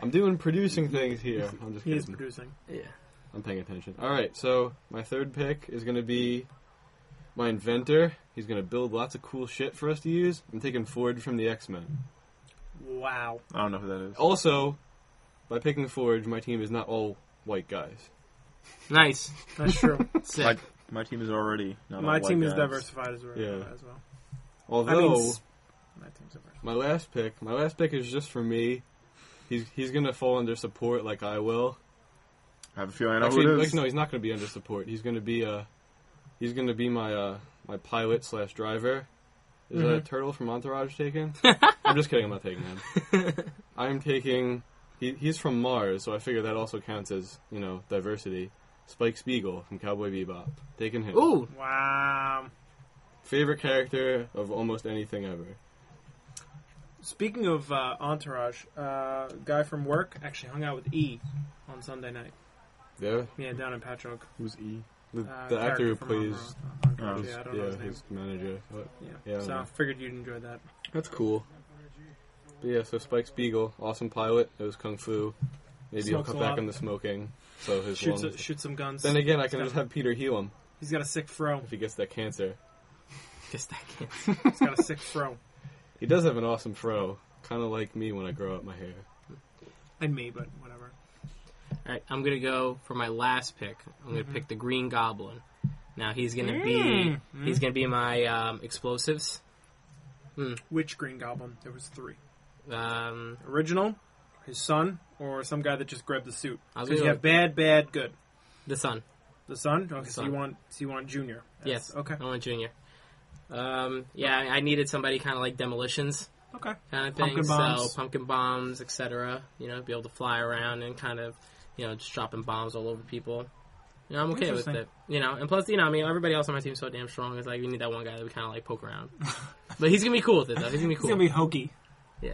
I'm doing producing things here. I'm just
He is
kidding.
producing.
Yeah.
I'm paying attention. All right, so my third pick is going to be my inventor. He's going to build lots of cool shit for us to use. I'm taking Forge from the X Men.
Wow.
I don't know who that
Oh,
is.
Also, by picking Forge, my team is not all white guys.
Nice.
That's true.
Sick.
My, my team is already. Not
my
all white
team is
guys.
diversified as well.
Yeah.
As well.
Although
I mean, s- my team's diversified.
my last pick, my last pick is just for me. He's he's going to fall under support like I will.
I have a feeling I know
Actually,
who it
like,
is.
no, he's not going to be under support. He's going to be uh, he's going to be my uh, my pilot slash driver. Is
Mm-hmm.
that turtle from Entourage taken? I'm just kidding. I'm not taking him. I'm taking. He, he's from Mars, so I figure that also counts as you know diversity. Spike Spiegel from Cowboy Bebop, taking him.
Ooh.
Wow.
Favorite character of almost anything ever.
Speaking of uh, Entourage, uh, guy from work actually hung out with E on Sunday night.
Yeah,
Yeah, down in Patchogue.
Who's E?
the,
Uh,
the actor
character
who
from
plays
Entourage.
Oh,
his,
yeah, I don't know
yeah,
his name.
his manager. But
Yeah.
Yeah, I
so
don't
I
know.
figured you'd enjoy that.
That's cool. But yeah, so Spike Spiegel, awesome pilot, knows kung fu. Maybe he'll
Smokes
cut
a
back
lot.
on the smoking. So his
Shoot,
lungs.
so, shoot some guns.
Then again, I can just have Peter heal him
He's got a sick fro.
if he gets that cancer.
Kiss that kid.
He's got a sick fro.
He does have an awesome fro, kind of like me when I grow out my hair.
And me, but whatever.
All right, I'm gonna go for my last pick. I'm
Mm-hmm.
gonna pick the Green Goblin. Now he's gonna
Mm.
be he's gonna be my um, explosives.
Which Mm. Green Goblin? There was three.
Um,
Original, his son, or some guy that just grabbed the suit.
I'll
Because
go-
you have bad, bad, good.
the Sun.
The son. Okay, so
son.
you want so you want Junior.
Yes.
Okay.
I want Junior. Um, yeah, I I needed somebody kind of like demolitions.
Okay.
kind of thing.
Pumpkin bombs.
So pumpkin bombs, etc. You know, be able to fly around and kind of, you know, just dropping bombs all over people. You know, I'm okay with
Interesting.
it. You know, and plus, you know, I mean, everybody else on my team's so damn strong. It's like we need that one guy that we kind of like poke around. but he's gonna be cool with it though. He's gonna be
It's
cool.
gonna be hokey.
yeah.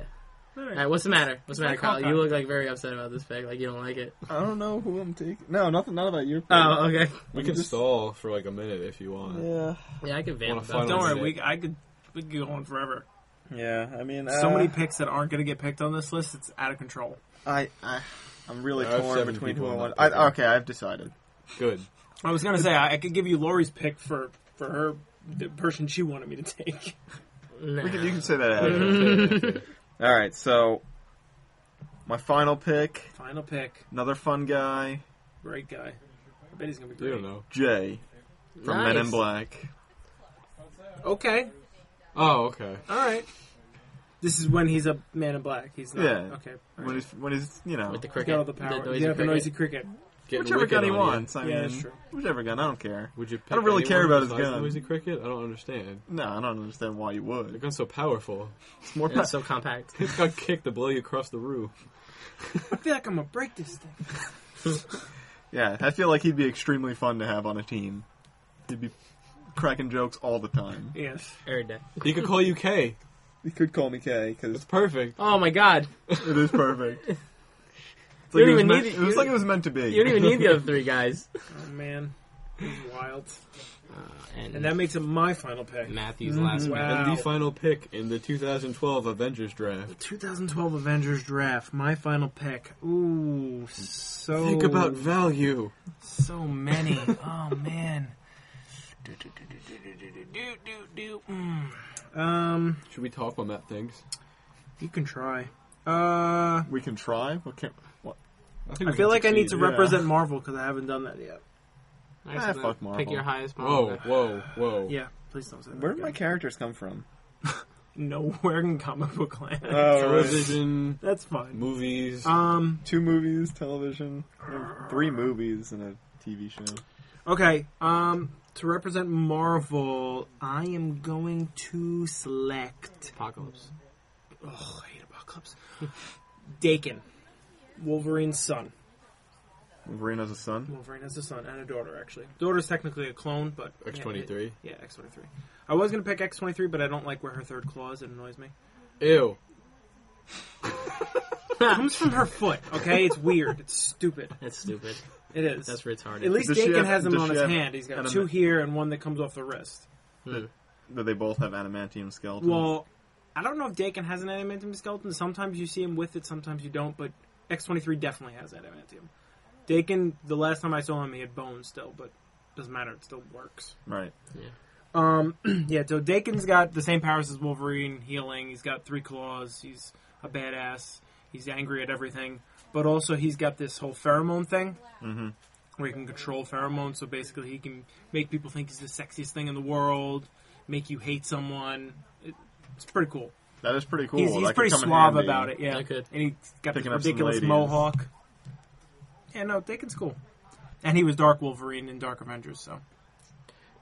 All
All right. What's the matter? What's the matter,
Like
Kyle?
Hawkeye.
You look like very upset about this pick. Like you don't like it.
I don't know who I'm taking. No, nothing. Not about your. pick.
Oh, okay.
We can
just-
stall for like a minute if you want.
Yeah.
Yeah, I could vamp.
Wanna
about that.
find
Don't
That's
worry,
it.
we I could we could go on forever.
Yeah. I mean,
so
uh,
many picks that aren't gonna get picked on this list. It's out of control.
I, I, I'm really
I have
torn
seven
between
people
who I
on
want.
that
I,
paper.
okay, I've decided.
Good.
I was gonna say I, I could give you Lori's pick for for her the person she wanted me to take.
Nah.
We can, you can say that. After.
Okay.
All right. So, my final pick.
Final pick,
Another fun guy,
great guy. I bet he's gonna be
you
great.
don't know.
Jay from Men in
Nice.
Black.
Okay,
Oh, okay.
all right. This is when he's a man in black. He's not.
Yeah.
Okay. all
When
right.
he's when he's you know
with the
He's
cricket.
got all the power.
noisy
yeah, the
cricket.
noisy cricket.
Getting
whichever
wicked
gun he
on you.
wants. I
Yeah,
mean,
that's true.
whichever gun. I don't care.
Would you? Pick
don't really
anyone
care about his
besides
gun.
Noisy cricket. I don't understand.
No, I don't understand why you
The
would.
gun's so powerful.
It's more.
And
pa-
it's so compact.
It's got kicked to blow you across the roof.
I feel like I'm gonna break this thing.
yeah, I feel like he'd be extremely fun to have on a team. He'd be cracking jokes all the time.
Yes.
Every day.
He could call you K.
You could call me K
It's
because
perfect.
Oh my God!
it is perfect. It's
You
like
don't
it, was
even
meant,
need-
it was
you-
like it was meant to be.
You don't even need the other three guys. Uh,
Oh man, he's wild.
And,
And that makes him my final pick.
Matthew's
Mm-hmm.
last one.
Wow.
And the final pick in the 2012 Avengers draft.
2012 Avengers draft. My final pick. Ooh, so
Think about value.
so many. oh man. Do, do, do, do, do, do, do, do, do, do. Mm. Um,
Should we talk when Matt thinks?
you can try. Uh,
We can try. What can? What?
think
I
we
feel
can
like I need to
succeed.
yeah.
represent Marvel because I haven't done that yet.
Nice,
Ah,
and then
fuck
Pick
Marvel.
your highest
Whoa,
mark.
whoa, whoa.
Yeah, please don't say that.
Where did
again.
my characters come from?
nowhere in comic book land?
Oh,
Television,
That's fine.
movies.
Um,
two movies, television, no, three movies, and a TV show.
Okay, um, to represent Marvel, I am going to select.
Apocalypse.
Oh, I hate Apocalypse. Dakin, Wolverine's son.
Wolverine has a son.
Wolverine has a son and a daughter, actually. Daughter's technically a clone, but
X23.
Yeah, yeah, X23. I was gonna pick X23, but I don't like where her third claw is. It annoys me.
Ew.
It comes from her foot. Okay, it's weird. It's stupid.
That's stupid.
It is.
That's retarded.
At least
Does she
Dakin
have-
has them
does
on
she
his
have
hand. He's got
anima-
two here and one that comes off the wrist.
Do they both have adamantium skeletons?
Well, I don't know if Dakin has an adamantium skeleton. Sometimes you see him with it, sometimes you don't. But X twenty three definitely has adamantium. Dakin, the last time I saw him, he had bones still, but doesn't matter. It still works.
right.
Um, yeah. So Dakin's got the same powers as Wolverine, healing. He's got three claws. He's a badass. He's angry at everything, but also he's got this whole pheromone thing.
Mhm.
Where he can control pheromones, so basically he can make people think he's the sexiest thing in the world, make you hate someone. It, it's pretty cool.
That is pretty cool.
He's, he's
That could
pretty
come in
suave
handy.
about it, yeah.
I could.
And he's got this
Picking up some
ridiculous
ladies.
mohawk. Yeah, no, Dakin's cool. And he was Dark Wolverine in Dark Avengers, so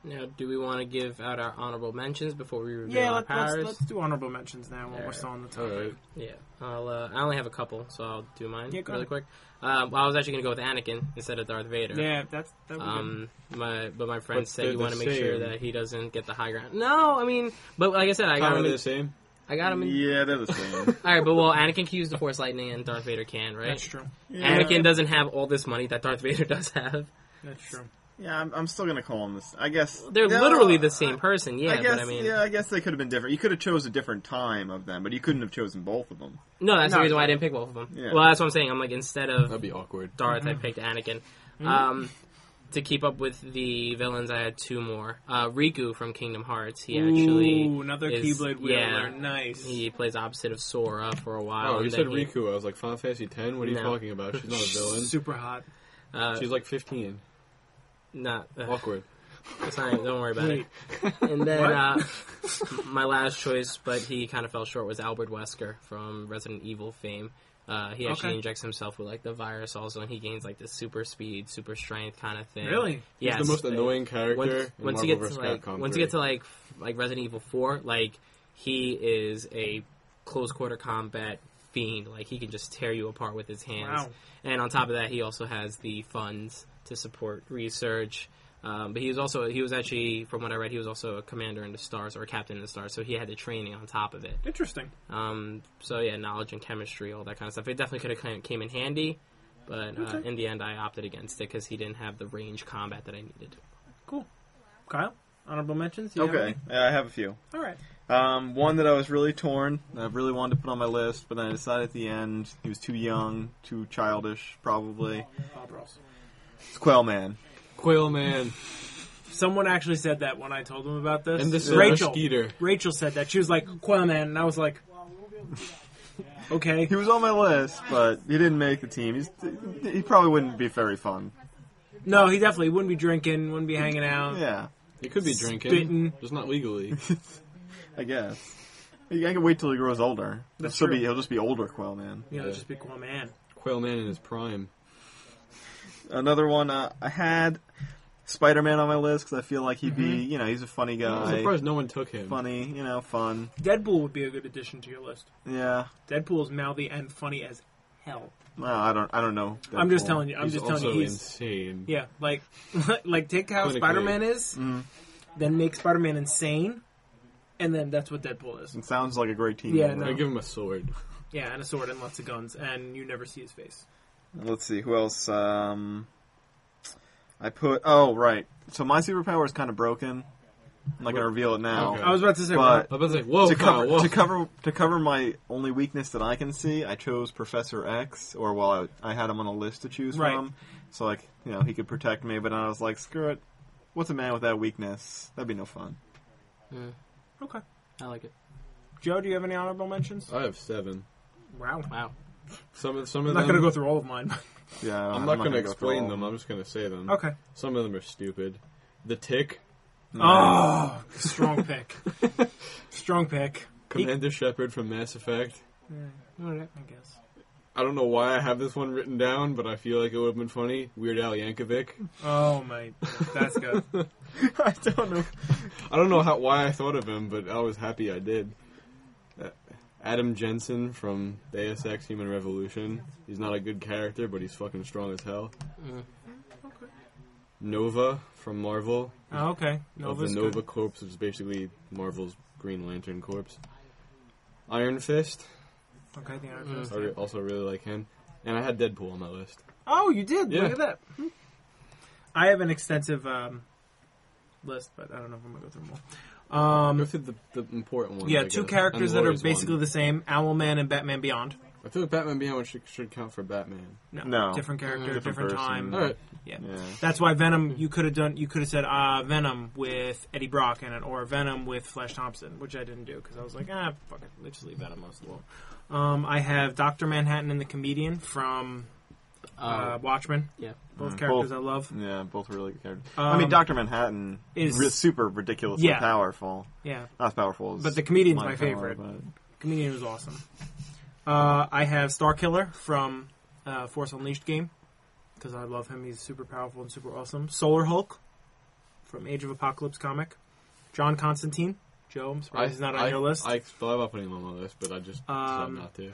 Now, do we want to give out our honorable mentions before we reveal
yeah.
our
Let, let's
powers?
let's do honorable mentions now while we're
Alright.
still on the topic.
Alright.
Yeah, I'll. Uh, I only have a couple, so I'll do mine
Yeah, go
really
ahead.
quick. Um, well, I was actually going to go with Anakin instead of Darth Vader.
Yeah, that's that. would be
Um, my but my friend
But
said
they're
you
the
want to make sure
same.
that he doesn't get the high ground. No, I mean, but like I said, I got
Kind of
him.
the
In,
same.
I got him. In,
Yeah, they're the same.
All right, but well, Anakin can use the Force lightning, and Darth Vader can, right?
that's true.
yeah.
Anakin doesn't have all this money that Darth Vader does have.
That's true.
Yeah, I'm, I'm still gonna call him this. I guess
They're
No,
literally the same person. Yeah,
I guess.
but I mean,
yeah, I guess they could have been different. You could have chose a different time of them, but you couldn't have chosen both of them.
no, that's
No,
the reason why I
no.
didn't pick both of them.
Yeah. Mm-hmm.
Well, that's what I'm saying. I'm like instead of
That'd be awkward.
Darth, I picked Anakin. Um, to keep up with the villains, I had two more. Uh, Riku from Kingdom Hearts. He actually
Ooh, another
is-
Keyblade wielder.
yeah.
nice.
he plays opposite of Sora for a while.
Oh, you
and
said
then he-
Riku. I was like, Final Fantasy 10? What are you
No.
talking about? She's not a villain.
Super hot.
Uh,
She's like 15.
not uh,
Awkward.
it's not- Don't worry about it.
Wait.
And then
What?
uh, my last choice, but he kind of fell short, was Albert Wesker from Resident Evil fame. Uh, he actually
Okay.
injects himself with like the virus also, and he gains like this super speed, super strength kind of thing.
Really?
Yeah.
He's the most annoying character
once,
in
once you
Marvel
get to
vs.
like
Capcom
once
3.
you get to like f- like Resident Evil Four, like he is a close quarter combat fiend. Like he can just tear you apart with his hands.
Wow.
And on top of that, he also has the funds to support research. Um, but he was also he was actually from what I read he was also a commander in the stars or a captain in the stars. So he had the training on top of it.
Interesting.
Um, so yeah, knowledge and chemistry, all that kind of stuff. It definitely could have came in handy, but uh, in the end, I opted against it because he didn't have the range combat that I needed.
Cool. Kyle, honorable mentions? You have
Okay,
any?
yeah, I have a few.
All right.
Um, one that I was really torn. I really wanted to put on my list, but then I decided at the end he was too young, too childish, probably.
Bob Ross.
It's Quail Man.
Quail Man
Someone actually said that when I told them about this.
and the Silver
Rachel.
Skeeter.
Rachel said that. She was like, Quail Man. And I was like, okay.
He was on my list, but he didn't make the team. He's, he probably wouldn't be very fun.
No, he definitely wouldn't be drinking, wouldn't be hanging out.
Yeah,
It could be drinking,
Spittin'.
just not legally.
I guess. I can wait till he grows older. He'll
That's
still be
true.
he'll just be older Quail Man.
You know,
Yeah.
just be Quail Man.
Quail Man in his prime.
Another one uh, I had Spider Man on my list because I feel like he'd
Mm-hmm.
be you know he's a funny
I'm
guy,
surprised no one took him.
funny you know fun.
Deadpool would be a good addition to your list.
Yeah,
Deadpool is mouthy and funny as hell.
well, I don't I don't know.
I'm just
Deadpool.
telling you. I'm
He's
just
also
telling you. He's
insane.
yeah, like like take how
Clinically.
Spider Man is, then make Spider Man insane, and then that's what Deadpool is.
It sounds like a great team.
Yeah,
member.
no.
I give him a sword.
Yeah, and a sword and lots of guns, and you never see his face.
Let's see who else. Um, I put. Oh, right. So my superpower is kind of broken. I'm not gonna reveal it now.
Okay.
I was about to say,
But
I was like,
Oh,
whoa,
to
Kyle,
cover
whoa.
to cover to cover my only weakness that I can see, I chose Professor X, or well, I, I had him on a list to choose
Right.
from. So like, you know, he could protect me, but then I was like, screw it. What's a man without weakness? That'd be no fun.
okay.
I like it.
Joe, do you have any honorable mentions?
I have seven.
Wow.
Wow.
Some of some of
I'm not
them.
going to go through all of mine.
Yeah,
I'm not, going to
gonna go through
explain
all.
them. I'm just going to say them.
okay.
Some of them are stupid. The Tick,
Oh, strong pick. strong pick.
Commander Shepard from Mass Effect.
All right, I guess.
I don't know why I have this one written down, but I feel like it would have been funny. Weird Al Yankovic.
Oh my, that's good.
I don't know.
I don't know how why I thought of him, but I was happy I did. Uh, Adam Jensen from Deus Ex Human Revolution. He's not a good character, but he's fucking strong as hell.
Mm.
Nova from Marvel.
oh, okay.
of the
Nova's
Nova
good.
Corps, which is basically Marvel's Green Lantern Corps. Iron Fist.
Okay, the Iron Fist.
I re- also really like him. And I had Deadpool on my list.
Oh, you did.
Yeah.
Look at that. Hmm. I have an extensive um, list, but I don't know if I'm gonna go through them all.
Go
Um,
through the, the important ones. I
yeah, two
guess.
characters
And
that are
Laura's one.
basically the same: Owlman and Batman Beyond.
I feel like Batman Beyond should, should count for Batman.
No,
No.
different character,
Different
different,
person.
time.
All right.
Yeah.
Yeah.
That's why Venom. You could have done. You could have said uh, Venom with Eddie Brock in it, or Venom with Flash Thompson, which I didn't do because I was like, ah, fuck it, let's just leave Venom most of all. Um, I have Doctor Manhattan and the comedian from
Uh,
uh, Watchmen.
yeah.
Both
Mm,
characters
both.
I love.
Yeah, both really good characters.
Um,
I mean, Doctor Manhattan
is-
is ri- super ridiculously
Yeah.
powerful.
Yeah,
Not as powerful as,
But the comedian's my
power,
favorite.
but-
comedian was awesome. Uh, I have Star Killer from uh, Force Unleashed game because I love him. He's super powerful and super awesome. Solar Hulk from Age of Apocalypse comic. John Constantine. Joe, I'm surprised he's not on
I,
your list.
I thought about putting him on my list, but I just
Um,
decided not to.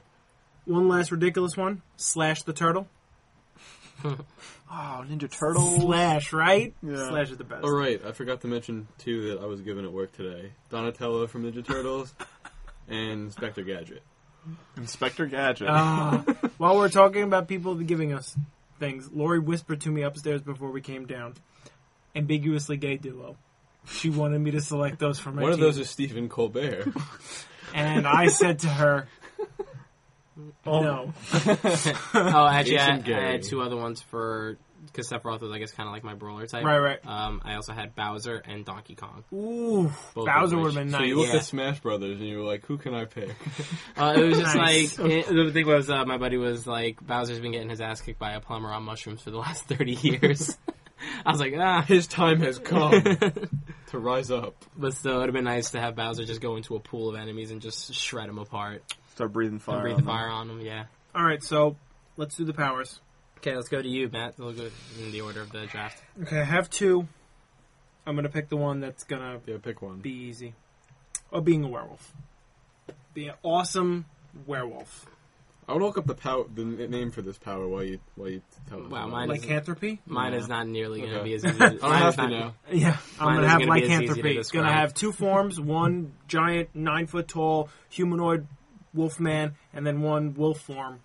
One last ridiculous one. Slash the turtle.
Oh, Ninja Turtle.
Slash, right?
Yeah.
Slash is the best.
All right, I forgot to mention two that I was given at work today: Donatello from Ninja Turtles and Inspector Gadget.
Inspector Gadget.
Ah, while we're talking about people giving us things, Lori whispered to me upstairs before we came down. Ambiguously gay duo. She wanted me to select those for my
One of
team.
those is Stephen Colbert.
and I said to her, "Oh no,
Oh, actually, I,
Jason
I
Gary.
had two other ones for because Sephiroth was, I guess, kind of like my brawler type.
Right, right.
Um, I also had Bowser and Donkey Kong.
ooh,
Both
Bowser
of
would
which-
have been
So
nice."
you looked
Yeah.
at Smash Brothers and you were like, "Who can I pick?"
Uh, it was just
Nice.
like it, the thing was uh, my buddy was like Bowser's been getting his ass kicked by a plumber on mushrooms for the last thirty years. I was like, ah,
His time has come to rise up.
but still, it would have been nice to have Bowser just go into a pool of enemies and just shred them apart
Start breathing fire.
and breathe
on them.
fire on them. Yeah.
All right, so let's do the powers.
Okay, let's go to you, Matt. We'll go in the order of the draft.
Okay, I have two. I'm gonna pick the one that's gonna
Yeah, pick one.
be easy. Oh, being a werewolf. Be an awesome werewolf.
I would look up the power, the n- name for this power while you while you tell us.
Wow,
about
mine
it.
is-
Lycanthropy?
Mine is not nearly going to
Okay.
be as easy.
I don't have
mine's
to
not-
know.
Yeah, I'm
Mine
gonna
is gonna be as
have
easy to
lycanthropy. It's gonna
describe.
have two forms: one giant, nine foot tall humanoid wolf man, and then one wolf form,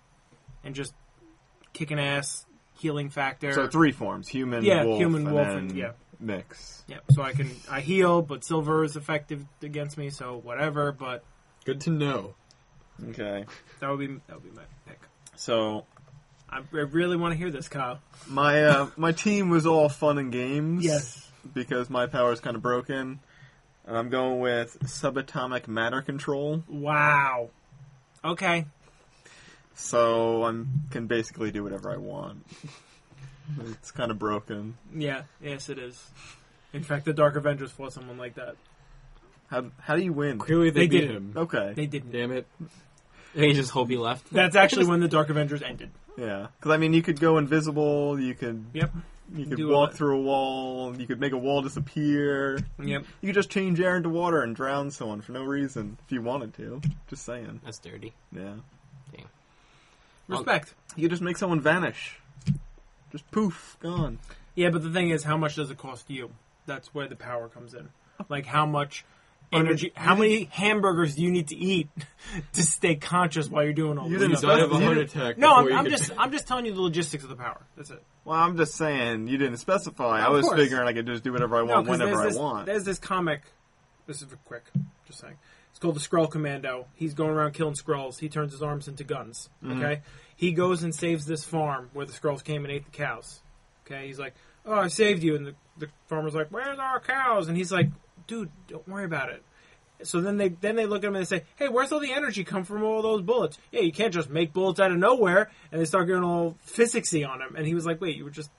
and just kicking ass, healing factor.
So three forms: human,
Yeah,
wolf,
human,
and
wolf,
then
and- yeah.
mix.
Yeah, so I can I heal, but silver is effective against me, so whatever. But
Good to know.
Okay,
that would be that would be my pick.
so
I, I really want to hear this, Kyle.
my uh, my team was all fun and games.
Yes.
because my power is kind of broken. And I'm going with subatomic matter control,
Wow. Okay.
so I am can basically do whatever I want. It's kind of broken.
Yeah. Yes, it is. In fact, the Dark Avengers fought someone like that.
How how do you win?
Clearly, they,
They
beat
did it.
him.
Okay,
They didn't.
Damn it!
They just hope he left.
That's actually when the Dark Avengers ended.
yeah, because I mean, you could go invisible. You could
Yep.
you could
Do
walk
it.
through a wall. You could make a wall disappear.
Yep.
You could just change air into water and drown someone for no reason if you wanted to. Just saying.
That's dirty.
Yeah.
Respect.
You could just make someone vanish. Just poof, gone.
Yeah, but the thing is, how much does it cost you? That's where the power comes in. Like, how much energy, how many hamburgers do you need to eat to stay conscious while you're doing all
You
this?
didn't
You
stuff?
died of a
You
heart
didn't-
attack.
No,
before
I'm,
you
I'm
could-
just I'm just telling you the logistics of the power. That's it.
Well, I'm just saying, you didn't specify. I
Of
was
course.
figuring I could just do whatever I
No,
want
'cause
whenever
there's this,
I want.
There's this comic. This is quick. Just saying. It's called the Skrull Commando. He's going around killing Skrulls. He turns his arms into guns.
Mm-hmm.
Okay. He goes and saves this farm where the Skrulls came and ate the cows. Okay. He's like, "Oh, I saved you," and the, the farmer's like, "Where's our cows?" And he's like, "Dude, don't worry about it." So then they then they look at him and they say, "Hey, where's all the energy come from? All those bullets? Yeah, you can't just make bullets out of nowhere." And they start getting all physicsy on him, and he was like, "Wait, you were just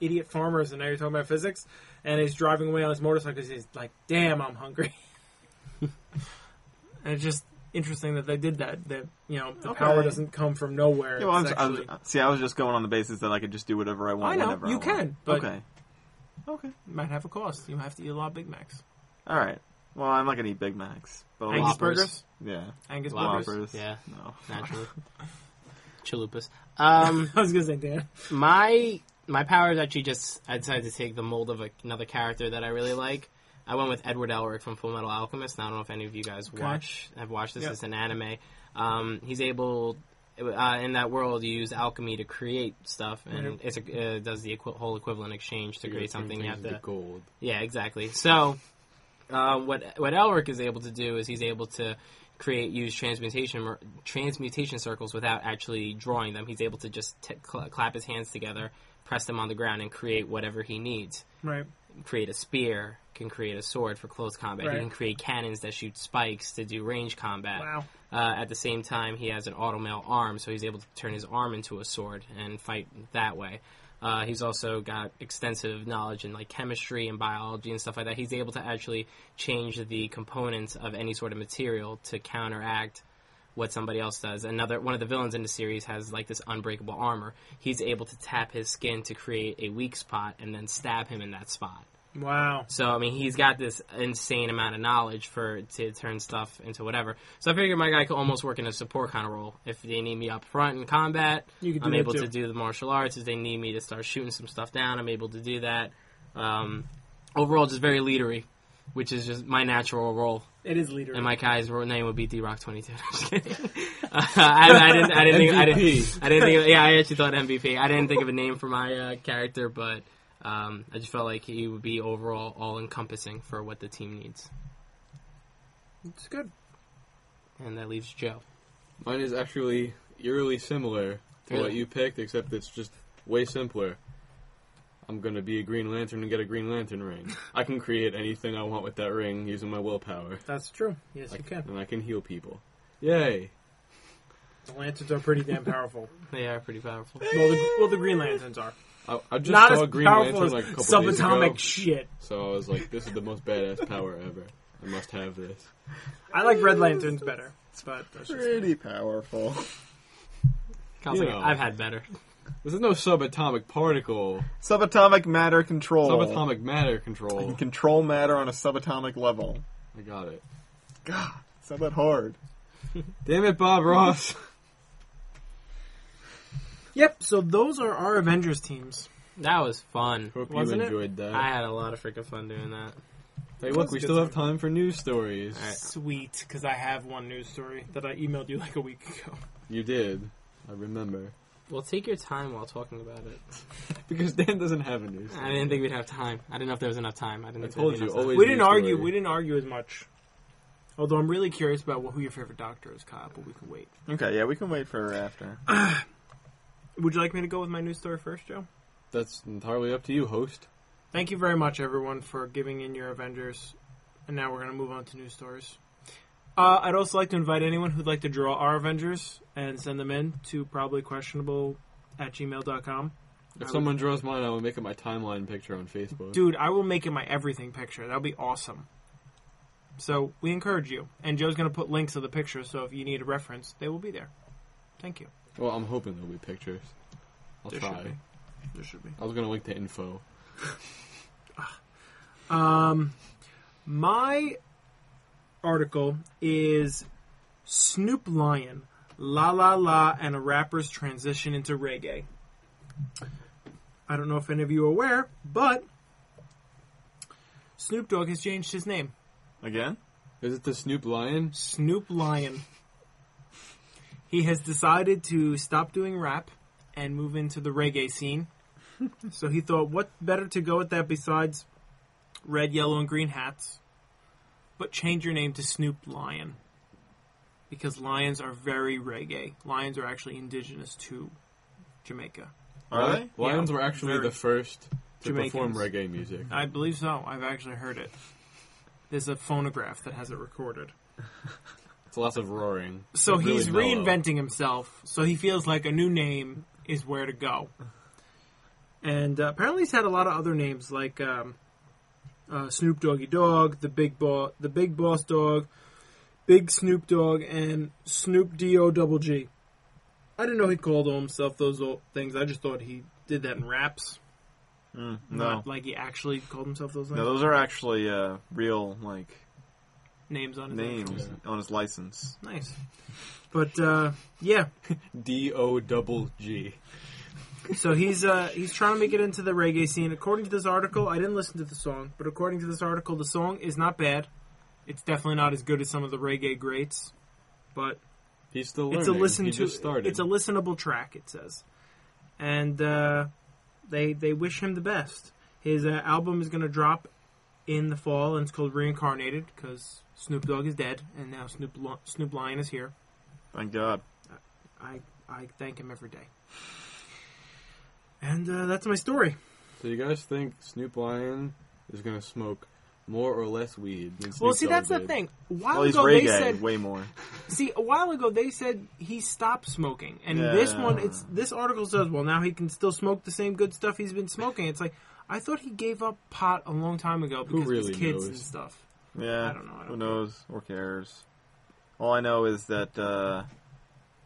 idiot farmers, and now you're talking about physics?" And he's driving away on his motorcycle. 'cause He's like, "Damn, I'm hungry." and it's just interesting that they did that. That you know, the
Okay.
power doesn't come from nowhere.
Yeah, well, I'm,
It's
I'm-
actually-
see, I was just going on the basis that I could just do whatever I want.
I know,
whenever
you
want.
can, but-
okay, okay,
it might have a cost. You have to eat a lot of Big Macs,
all right. Well, I'm not gonna eat Big Macs, but
Angus
Whoppers.
burgers,
yeah,
Angus
Whoppers.
burgers.
Yeah,
No,
naturally. Chalupas. Um,
I was gonna say Dan.
my my power is actually just I decided to take the mold of a, another character that I really like. I went with Edward Elric from Full Metal Alchemist. Now, I don't know if any of you guys watch have watched this.
Yep.
It's an anime. Um, he's able uh, in that world you use alchemy to create stuff, and
Right.
it's a, uh, does the equi- whole equivalent exchange to
You gotta turn
create something. You
things
have to
into gold.
yeah, exactly. So, uh, what what Elric is able to do is he's able to create use transmutation mer- transmutation circles without actually drawing them. He's able to just t- cl- clap his hands together, press them on the ground, and create whatever he needs.
Right.
Create a spear, can create a sword for close combat.
Right.
He can create cannons that shoot spikes to do range combat.
Wow.
Uh, at the same time, he has an automail arm, so he's able to turn his arm into a sword and fight that way. Uh, he's also got extensive knowledge in like chemistry and biology and stuff like that. He's able to actually change the components of any sort of material to counteract what somebody else does. Another one of the villains in the series has like this unbreakable armor. He's able to tap his skin to create a weak spot and then stab him in that spot.
Wow.
So I mean, he's got this insane amount of knowledge for to turn stuff into whatever. So I figured my guy could almost work in a support kind of role. If they need me up front in combat,
You could do
I'm
that
able
too.
to do the martial arts. If they need me to start shooting some stuff down, I'm able to do that. Um, overall, just very leadery, which is just my natural role.
It is leader.
And my guy's real name would be D Rock Twenty Two. Just kidding. Uh, I, I didn't. I didn't. Think, I didn't.
MVP.
I didn't think. Of, yeah, I actually thought MVP. I didn't think of a name for my uh, character, but um, I just felt like he would be overall all encompassing for what the team needs.
It's good.
And that leaves Joe.
Mine is actually eerily similar to what
Really?
you picked, except it's just way simpler. I'm gonna be a Green Lantern and get a Green Lantern ring. I can create anything I want with that ring using my willpower,
That's true. Yes, you can.
and I can heal people. Yay!
The lanterns are pretty damn powerful.
They are pretty powerful.
well, the, well, the green lanterns are
I, I just
not
saw
as
a Green
powerful
Lantern
as
like a couple days ago,
subatomic shit.
so I was like, "This is the most badass power ever. I must have this."
I like red lanterns better, but that's just
pretty powerful.
Kyle's
You
like,
know.
I've had better.
This is no subatomic particle,
Subatomic matter
Oh.
control.
subatomic matter
You
control.
can control matter on a subatomic level.
I got it.
God, It's not that hard.
Damn it, Bob Ross.
Yep. So those are our Avengers teams.
That was fun.
Hope
Wasn't it?
you enjoyed that.
I had a lot of freaking fun doing that.
hey, look, we
Good
still have
stuff.
time for news stories.
All right.
Sweet, because I have one news story that I emailed you like a week ago.
You did. I remember.
Well, take your time while talking about it.
Because Dan doesn't have a news story.
I didn't think we'd have time. I didn't know if there was enough time. I didn't.
I
think
told
there'd be
you,
enough time.
always-
We didn't
news
argue.
story.
We didn't argue as much. Although I'm really curious about what, who your favorite doctor is, Kyle. But we can wait.
Okay, yeah, we can wait for after.
Would you like me to go with my news story first, Joe?
That's entirely up to you, host.
Thank you very much, everyone, for giving in your Avengers. And now we're going to move on to news stories. Uh, I'd also like to invite anyone who'd like to draw our Avengers and send them in to probably questionable at gmail.com.
If
would-
someone draws mine, I will make it my timeline picture on Facebook.
Dude, I will make it my everything picture. That'll be awesome. So we encourage you. And Joe's going to put links of the pictures, so if you need a reference, they will be there. Thank you.
Well, I'm hoping there'll be pictures. I'll
There should
try.
be. There should be.
I was gonna link the info.
Um, my article is Snoop Lion, La La La, and a rapper's transition into reggae. I don't know if any of you are aware, but Snoop Dogg has changed his name.
Again?
Is it the Snoop Lion?
Snoop Lion. He has decided to stop doing rap and move into the reggae scene. so he thought, what better to go with that besides red, yellow, and green hats? But change your name to Snoop Lion. Because lions are very reggae. Lions are actually indigenous to Jamaica.
Are they?
Lions
Yeah,
were actually
very-
the first to
Jamaicans.
perform reggae music.
I believe so. I've actually heard it. There's a phonograph that has it recorded.
It's lots of roaring.
So
It's really
he's
mellow.
reinventing himself. So he feels like a new name is where to go. And uh, apparently, he's had a lot of other names like um, uh, Snoop Doggy Dog, the Big Boss, the Big Boss Dog, Big Snoop Dogg, and Snoop D O Double G. I didn't know he called himself those old things. I just thought he did that in raps,
Mm, no.
not like he actually called himself those
No,
things.
those are actually uh, real, like,
names on his actual-
names on his license.
Nice, but uh, yeah,
D O double G.
So he's uh, he's trying to make it into the reggae scene. According to this article, I didn't listen to the song, but according to this article, the song is not bad. It's definitely not as good as some of the reggae greats, but
He's still learning.
it's a listen
he
to
just started.
it's a listenable track. It says, and uh, they they wish him the best. His uh, album is going to drop in the fall, and it's called Reincarnated because Snoop Dogg is dead, and now Snoop Lo- Snoop Lion is here.
Thank God.
I I thank him every day. And uh, that's my story.
so you guys think Snoop Lion is gonna smoke more or less weed? Than Snoop
Well, see,
Dogg
that's the
did?
thing. A while
Well, he's
ago
reggae
they said,
way more.
see, a while ago they said he stopped smoking, and this
Yeah.
one, it's this article says, well, now he can still smoke the same good stuff he's been smoking. It's like I thought he gave up pot a long time ago because of
really
his kids
knows?
and stuff.
Yeah.
I don't know, I don't
Who
care.
knows or cares? All I know is that uh,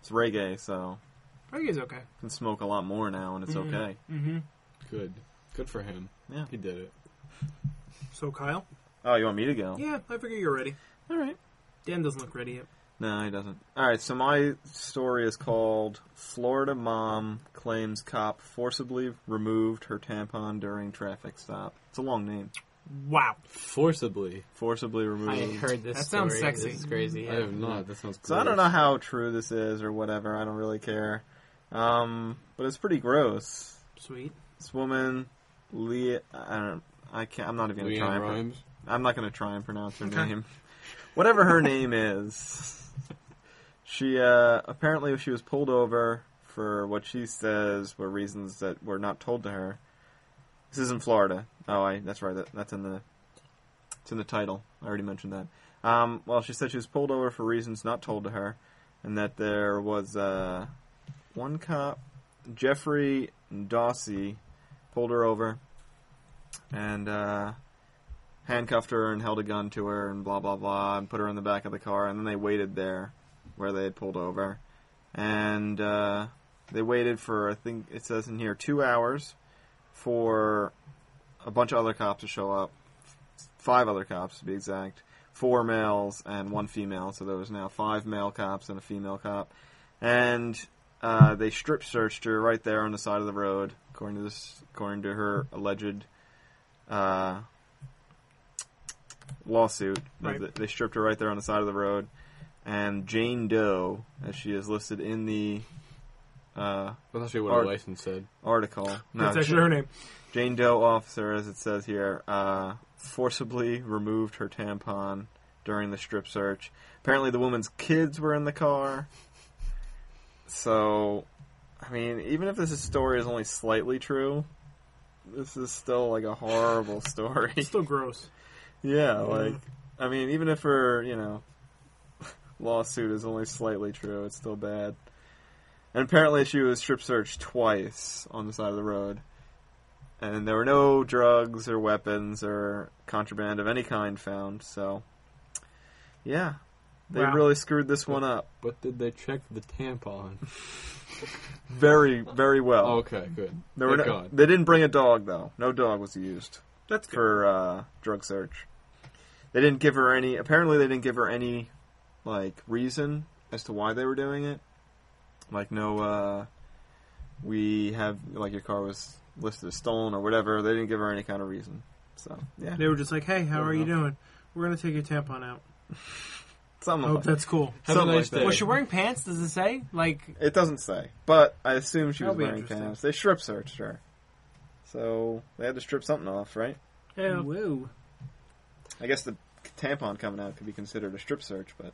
it's reggae, so
Reggae's okay.
you can smoke a lot more now, and it's
Mhm.
okay.
Mm-hmm.
Good. Good for him.
Yeah.
He did it.
So Kyle,
Oh, you want me to go?
yeah, I figure you're ready.
All right.
Dan doesn't look ready yet.
No, he doesn't. All right, so my story is called "Florida Mom Claims Cop Forcibly Removed Her Tampon During Traffic Stop." It's a long name.
Wow,
Forcibly.
Forcibly removed.
I heard this.
That sounds
story.
sexy.
This is crazy.
I
Yeah.
have not. That sounds.
So I don't
gross.
know how true this is or whatever. I don't really care. Um, but it's pretty gross.
sweet.
This woman, Lee, I don't. I can't. I'm not even gonna
Leanne
try. and pro-
Rhymes.
I'm not gonna try and pronounce her
Okay.
name. Whatever her name is, she uh, apparently she was pulled over for what she says were reasons that were not told to her. This is in Florida. Oh, I that's right. That, that's in the it's in the title. I already mentioned that. Um, well, she said she was pulled over for reasons not told to her, and that there was uh, one cop, Jeffrey Dossie, pulled her over and uh, handcuffed her and held a gun to her and blah blah blah and put her in the back of the car and then they waited there where they had pulled over and uh, they waited for I think it says in here two hours for a bunch of other cops to show up, five other cops to be exact. four males and one female, so there was now five male cops and a female cop, and uh, they strip searched her right there on the side of the road, according to this, according to her alleged uh, lawsuit.
Right.
They- They stripped her right there on the side of the road, and Jane Doe, as she is listed in the uh,
That's actually what
Or-
our license said.
article. No,
That's actually her name.
Jane Doe officer, as it says here, uh, forcibly removed her tampon during the strip search. Apparently, the woman's kids were in the car. So, I mean, even if this story is only slightly true, this is still like a horrible story.
It's still gross.
yeah, like, I mean, even if her, you know, lawsuit is only slightly true, it's still bad. And apparently, she was strip searched twice on the side of the road. And there were no drugs or weapons or contraband of any kind found, so. Yeah. They
Wow.
really screwed this one up.
But did they check the tampon?
Oh.
Oh,
Very, very well.
Okay, good.
there were
thank
no,
God.
they didn't bring a dog, though. No dog was used.
That's good.
for uh, drug search. They didn't give her any. Apparently, they didn't give her any like reason as to why they were doing it. Like no, uh, we have like your car was listed as stolen or whatever. They didn't give her any kind of reason. So yeah,
They were just like, "Hey, how are you
Uh-huh.
doing? We're gonna take your tampon out. I
something.
hope
Like
that's cool."
Have
Something
a nice
like that.
day.
Was she wearing pants? Does it say like?
It doesn't say, but I assume she
That'll be
was wearing
interesting.
pants. They strip searched her, so they had to strip something off, right?
Woo.
I guess the tampon coming out could be considered a strip search, but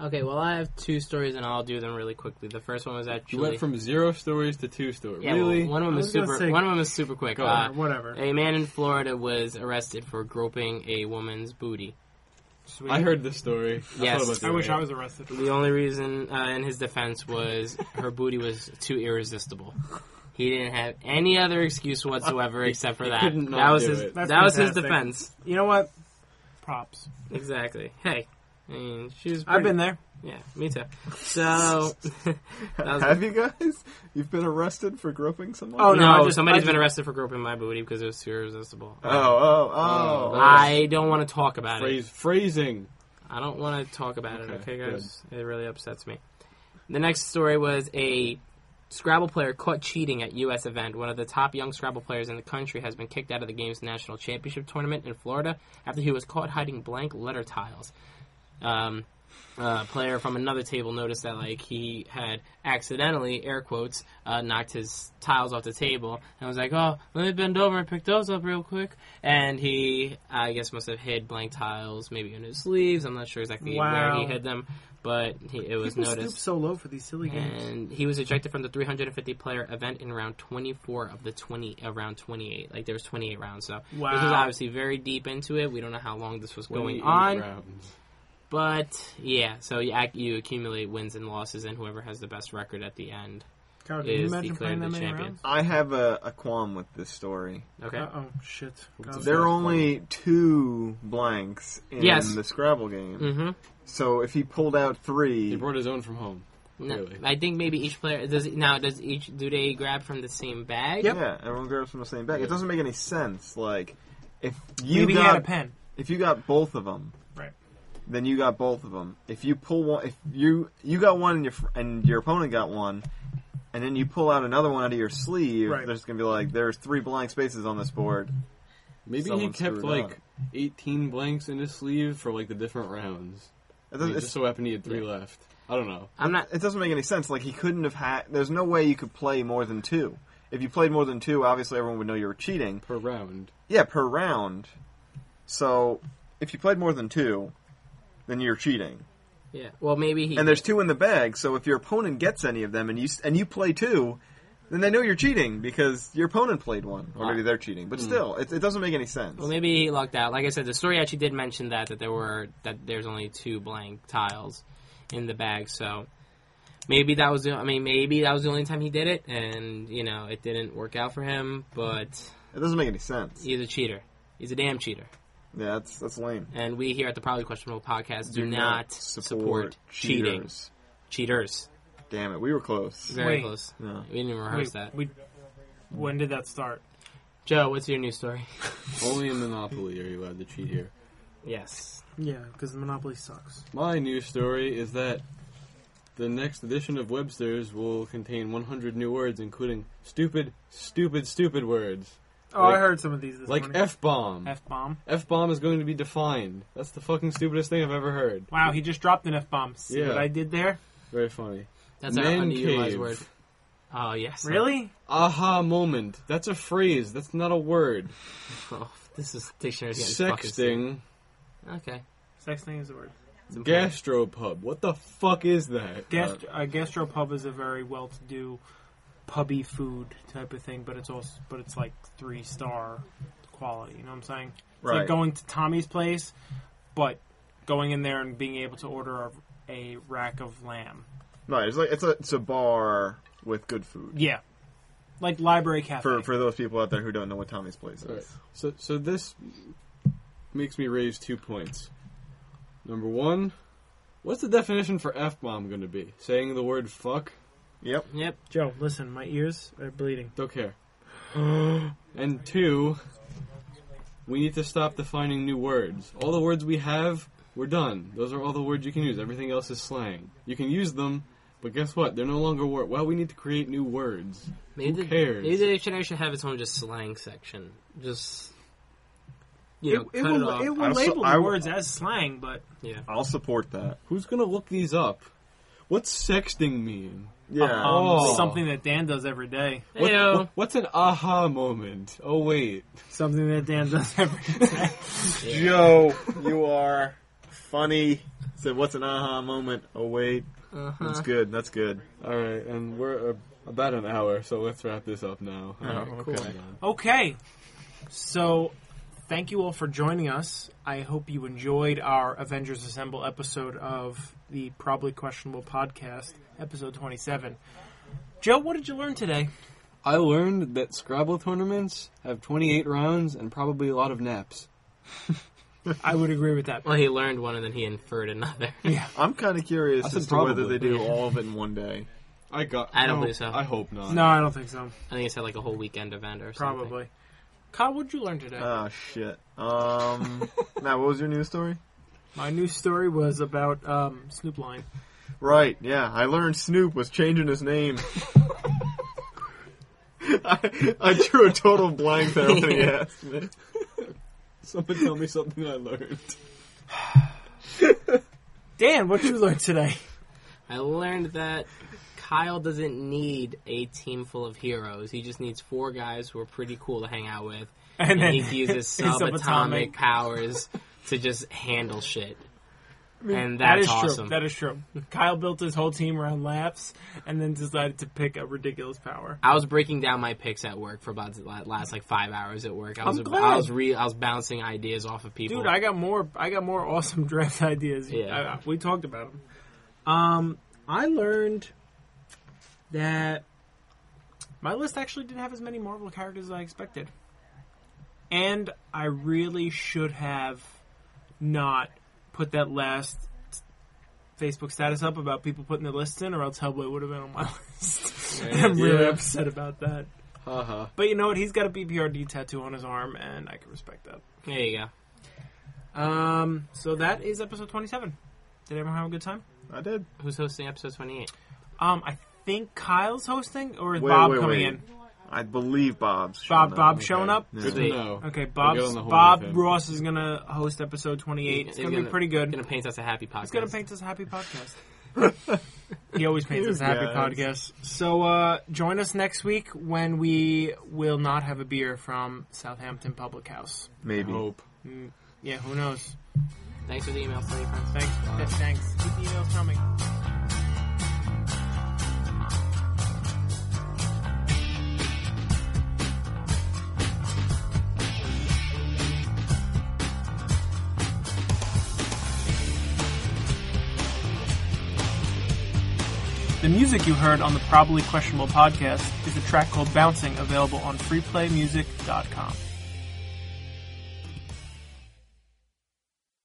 Okay, well, I have two stories, and I'll do them really quickly. The first one was
You
actually
went from zero stories to two stories.
yeah, well,
really?
one of them
I
was,
was gonna
super.
say-
One of them was super quick.
Go
Uh,
Or whatever.
a man in Florida was arrested for groping a woman's booty.
Sweet.
I heard this story.
Yes.
I, thought about
I wish
doing
I
it.
was arrested.
The only reason uh, in his defense was her booty was too irresistible. He didn't have any other excuse whatsoever except for
He
that.
couldn't not
That was
do
his.
it.
That
That's
was his
fantastic.
defense.
You know what? Props.
Exactly. Hey, I mean, she was.
I've
pretty-
been there.
Yeah, me too. So, that was-
have you guys? You've been arrested for groping someone?
Oh, no, I
no,
just-
somebody's been
I just-
arrested for groping my booty because it was too irresistible.
Oh, oh, oh.
Oh,
I don't want to talk about it.
Phrase, phrasing.
I don't want to talk about it,
Okay,
okay, guys? It really upsets me. The next story was a Scrabble player caught cheating at U.S. event. One of the top young Scrabble players in the country has been kicked out of the game's national championship tournament in Florida after he was caught hiding blank letter tiles. Um, uh, player from another table noticed that like he had accidentally air quotes uh, knocked his tiles off the table and was like oh let me bend over and pick those up real quick and he i guess must have hid blank tiles maybe in his sleeves i'm not sure exactly where
Wow.
he hid them but he, it was
People stoop
noticed
so low for these silly games.
and he was ejected from the 350 player event in round 24 of the 20 around 28 like there was 28 rounds so this was
Wow.
obviously very deep into it we don't know how long this was going
28
on
rounds.
but yeah, so you, ac- you accumulate wins and losses, and whoever has the best record at the end
God, can you
is
imagine
declared
playing that
the
many
champion.
rounds?
I have a, a qualm with this story.
Okay.
Uh oh, shit. God.
There are only two blanks in
Yes.
the Scrabble game.
Mm.
Mm-hmm.
So if he pulled out
He
three,
brought his own from home.
No,
Really?
I think maybe each player does. Now, does each do they grab from the same bag?
yeah, everyone grabs from the same bag. It doesn't make any sense. Like if you
Maybe he
got
had a pen.
if you got both of them,
Right.
Then you got both of them. If you pull one, if you you got one and your fr- and your opponent got one, and then you pull out another one out of your sleeve,
Right.
there's gonna be like there's three blank spaces on this board.
Maybe he
Someone
kept
screwed
like
up.
18 blanks in his sleeve for like the different rounds.
It
I mean,
doesn't,
just so happened he had three left. I don't know.
I'm not.
it doesn't make any sense. Like he couldn't have had. There's no way you could play more than two. If you played more than two, obviously everyone would know you were cheating.
Per round.
Yeah, per round. So if you played more than two, then you're cheating.
Yeah. Well, maybe he.
And there's two in the bag. So if your opponent gets any of them and you s- and you play two, then they know you're cheating because your opponent played one, or maybe they're cheating. But still, it, it doesn't make any
Ah.
sense.
Hmm. Well, maybe he lucked out. Like I said, the story actually did mention that that there were that there's only two blank tiles in the bag, so maybe that was. The, I mean, maybe that was the only time he did it, and you know it didn't work out for him. But
It doesn't make any sense.
he's a cheater. He's a damn cheater.
Yeah, that's that's lame.
And we here at the Probably Questionable podcast do, not support, cheating.
cheaters.
Cheaters.
Damn it, we were close.
Very
Wait.
close.
Yeah.
We didn't even rehearse
Wait,
that.
we- when did that start?
Joe, what's your new story?
Only in Monopoly are you allowed to cheat here.
yes.
Yeah, because Monopoly sucks.
My news story is that the next edition of Webster's will contain 100 new words, including stupid, stupid, stupid words
Oh, I
Like-
heard some of these this
like
morning.
f bomb.
F bomb.
F bomb is going to be defined. That's the fucking stupidest thing I've ever heard.
Wow, he just dropped an F bomb. See
Yeah.
what I did there?
Very funny.
That's an
Man
underutilized
cave.
word. Oh yes.
Really?
Aha moment. That's a phrase. That's not a word.
Oh, this is dictionary.
Sexting.
Okay.
Sexting is the word.
It's important.
Gastropub. What the fuck is that?
Gast- uh, gastropub is a very well-to-do pubby food type of thing, but it's also but it's like three star quality. You know what I'm saying? It's
Right.
like going to Tommy's place, but going in there and being able to order a, a rack of lamb.
Right. It's like it's a it's a bar with good food
Yeah, like library cafe.
for for those people out there who don't know what Tommy's Place is.
Alright, Uh, So, so this makes me raise two points. Number one, what's the definition for f bomb going to be? Saying the word fuck?
Yep.
Yep.
Joe, listen, my ears are bleeding.
Don't care. and two, we need to stop defining new words. All the words we have, we're done. Those are all the words you can use. Everything else is slang. You can use them, but guess what? They're no longer word. Well, we need to create new words.
Maybe
Who
the,
cares?
Maybe the dictionary should have its own just slang section. Just you
It,
know,
it
cut
will,
it off.
it will
I'll so-
label
I
the
will-
words as slang, but
yeah.
I'll support that.
Who's gonna look these up? What's sexting mean?
Yeah.
um,
Oh.
something that Dan does every day.
What-
Heyo.
what- what's an aha moment? Oh wait,
Something that Dan does every day.
Joe, you are funny. So what's an aha moment? Oh wait, that's
Uh-huh.
good. That's good.
all right, and we're uh, about an hour, so let's wrap this up now. All right,
Oh,
cool.
okay.
Okay. So, thank you all for joining us. I hope you enjoyed our Avengers Assemble episode of the Probably Questionable podcast, episode 27. Joe, what did you learn today?
I learned that Scrabble tournaments have 28 rounds and probably a lot of naps.
I would agree with that.
Well, he learned one and then he inferred another.
I'm kind of curious
I said
as to whether
probably.
they do all of it in one day.
I got.
I don't believe so.
I hope not.
No, I don't think so.
I think it's had like a whole weekend event or something.
Probably. Kyle, what did you learn today?
Uh,
Oh shit. Um, Matt, what was your news story?
My news story was about um, Snoop Lion.
Right. Yeah, I learned Snoop was changing his name. I, I drew a total blank there when he asked me.
Someone tell me something I learned.
Dan, what you learn today?
I learned that Kyle doesn't need a team full of heroes. He just needs four guys who are pretty cool to hang out with.
And
And he uses
subatomic.
subatomic powers to just handle shit. And
That
that's
is
awesome.
true. That is true. Kyle built his whole team around laps and then decided to pick a ridiculous power.
I was breaking down my picks at work for about the la- last like five hours at work. I was
glad.
I was re- I was bouncing ideas off of people.
Dude, I got more. I got more awesome draft ideas.
Yeah.
I- I- we talked about them. Um, I learned that my list actually didn't have as many Marvel characters as I expected, and I really should have not put that last Facebook status up about people putting their lists in, or else Hellboy would have been on my list. And I'm really
Yeah.
upset about that.
Haha.
But you know what? He's got a BPRD tattoo on his arm, and I can respect that.
there you go.
Um, so that is episode 27. Did everyone have a good time?
I did.
Who's hosting episode twenty eight?
Um, I think Kyle's hosting, or is
Wait,
Bob
wait,
coming
wait.
in?
I believe Bob's.
Bob,
showing up.
Bob showing up.
Yeah.
Good to
Sweet.
know.
Okay,
We'll get
Bob's,
on the horn
Bob
with him.
Ross is gonna host episode 28. It's
He's
gonna, be pretty good.
Gonna paint us a happy podcast.
He's gonna paint us a happy podcast. he always paints us a happy
guys.
podcast. So uh, join us next week when we will not have a beer from Southampton Public House.
Maybe.
Hope.
Yeah, who knows?
Thanks for the email, Tony. Friends.
Thanks. Thanks. Keep the emails coming. The music you heard on the Probably Questionable podcast is a track called Bouncing, available on freeplaymusic.com.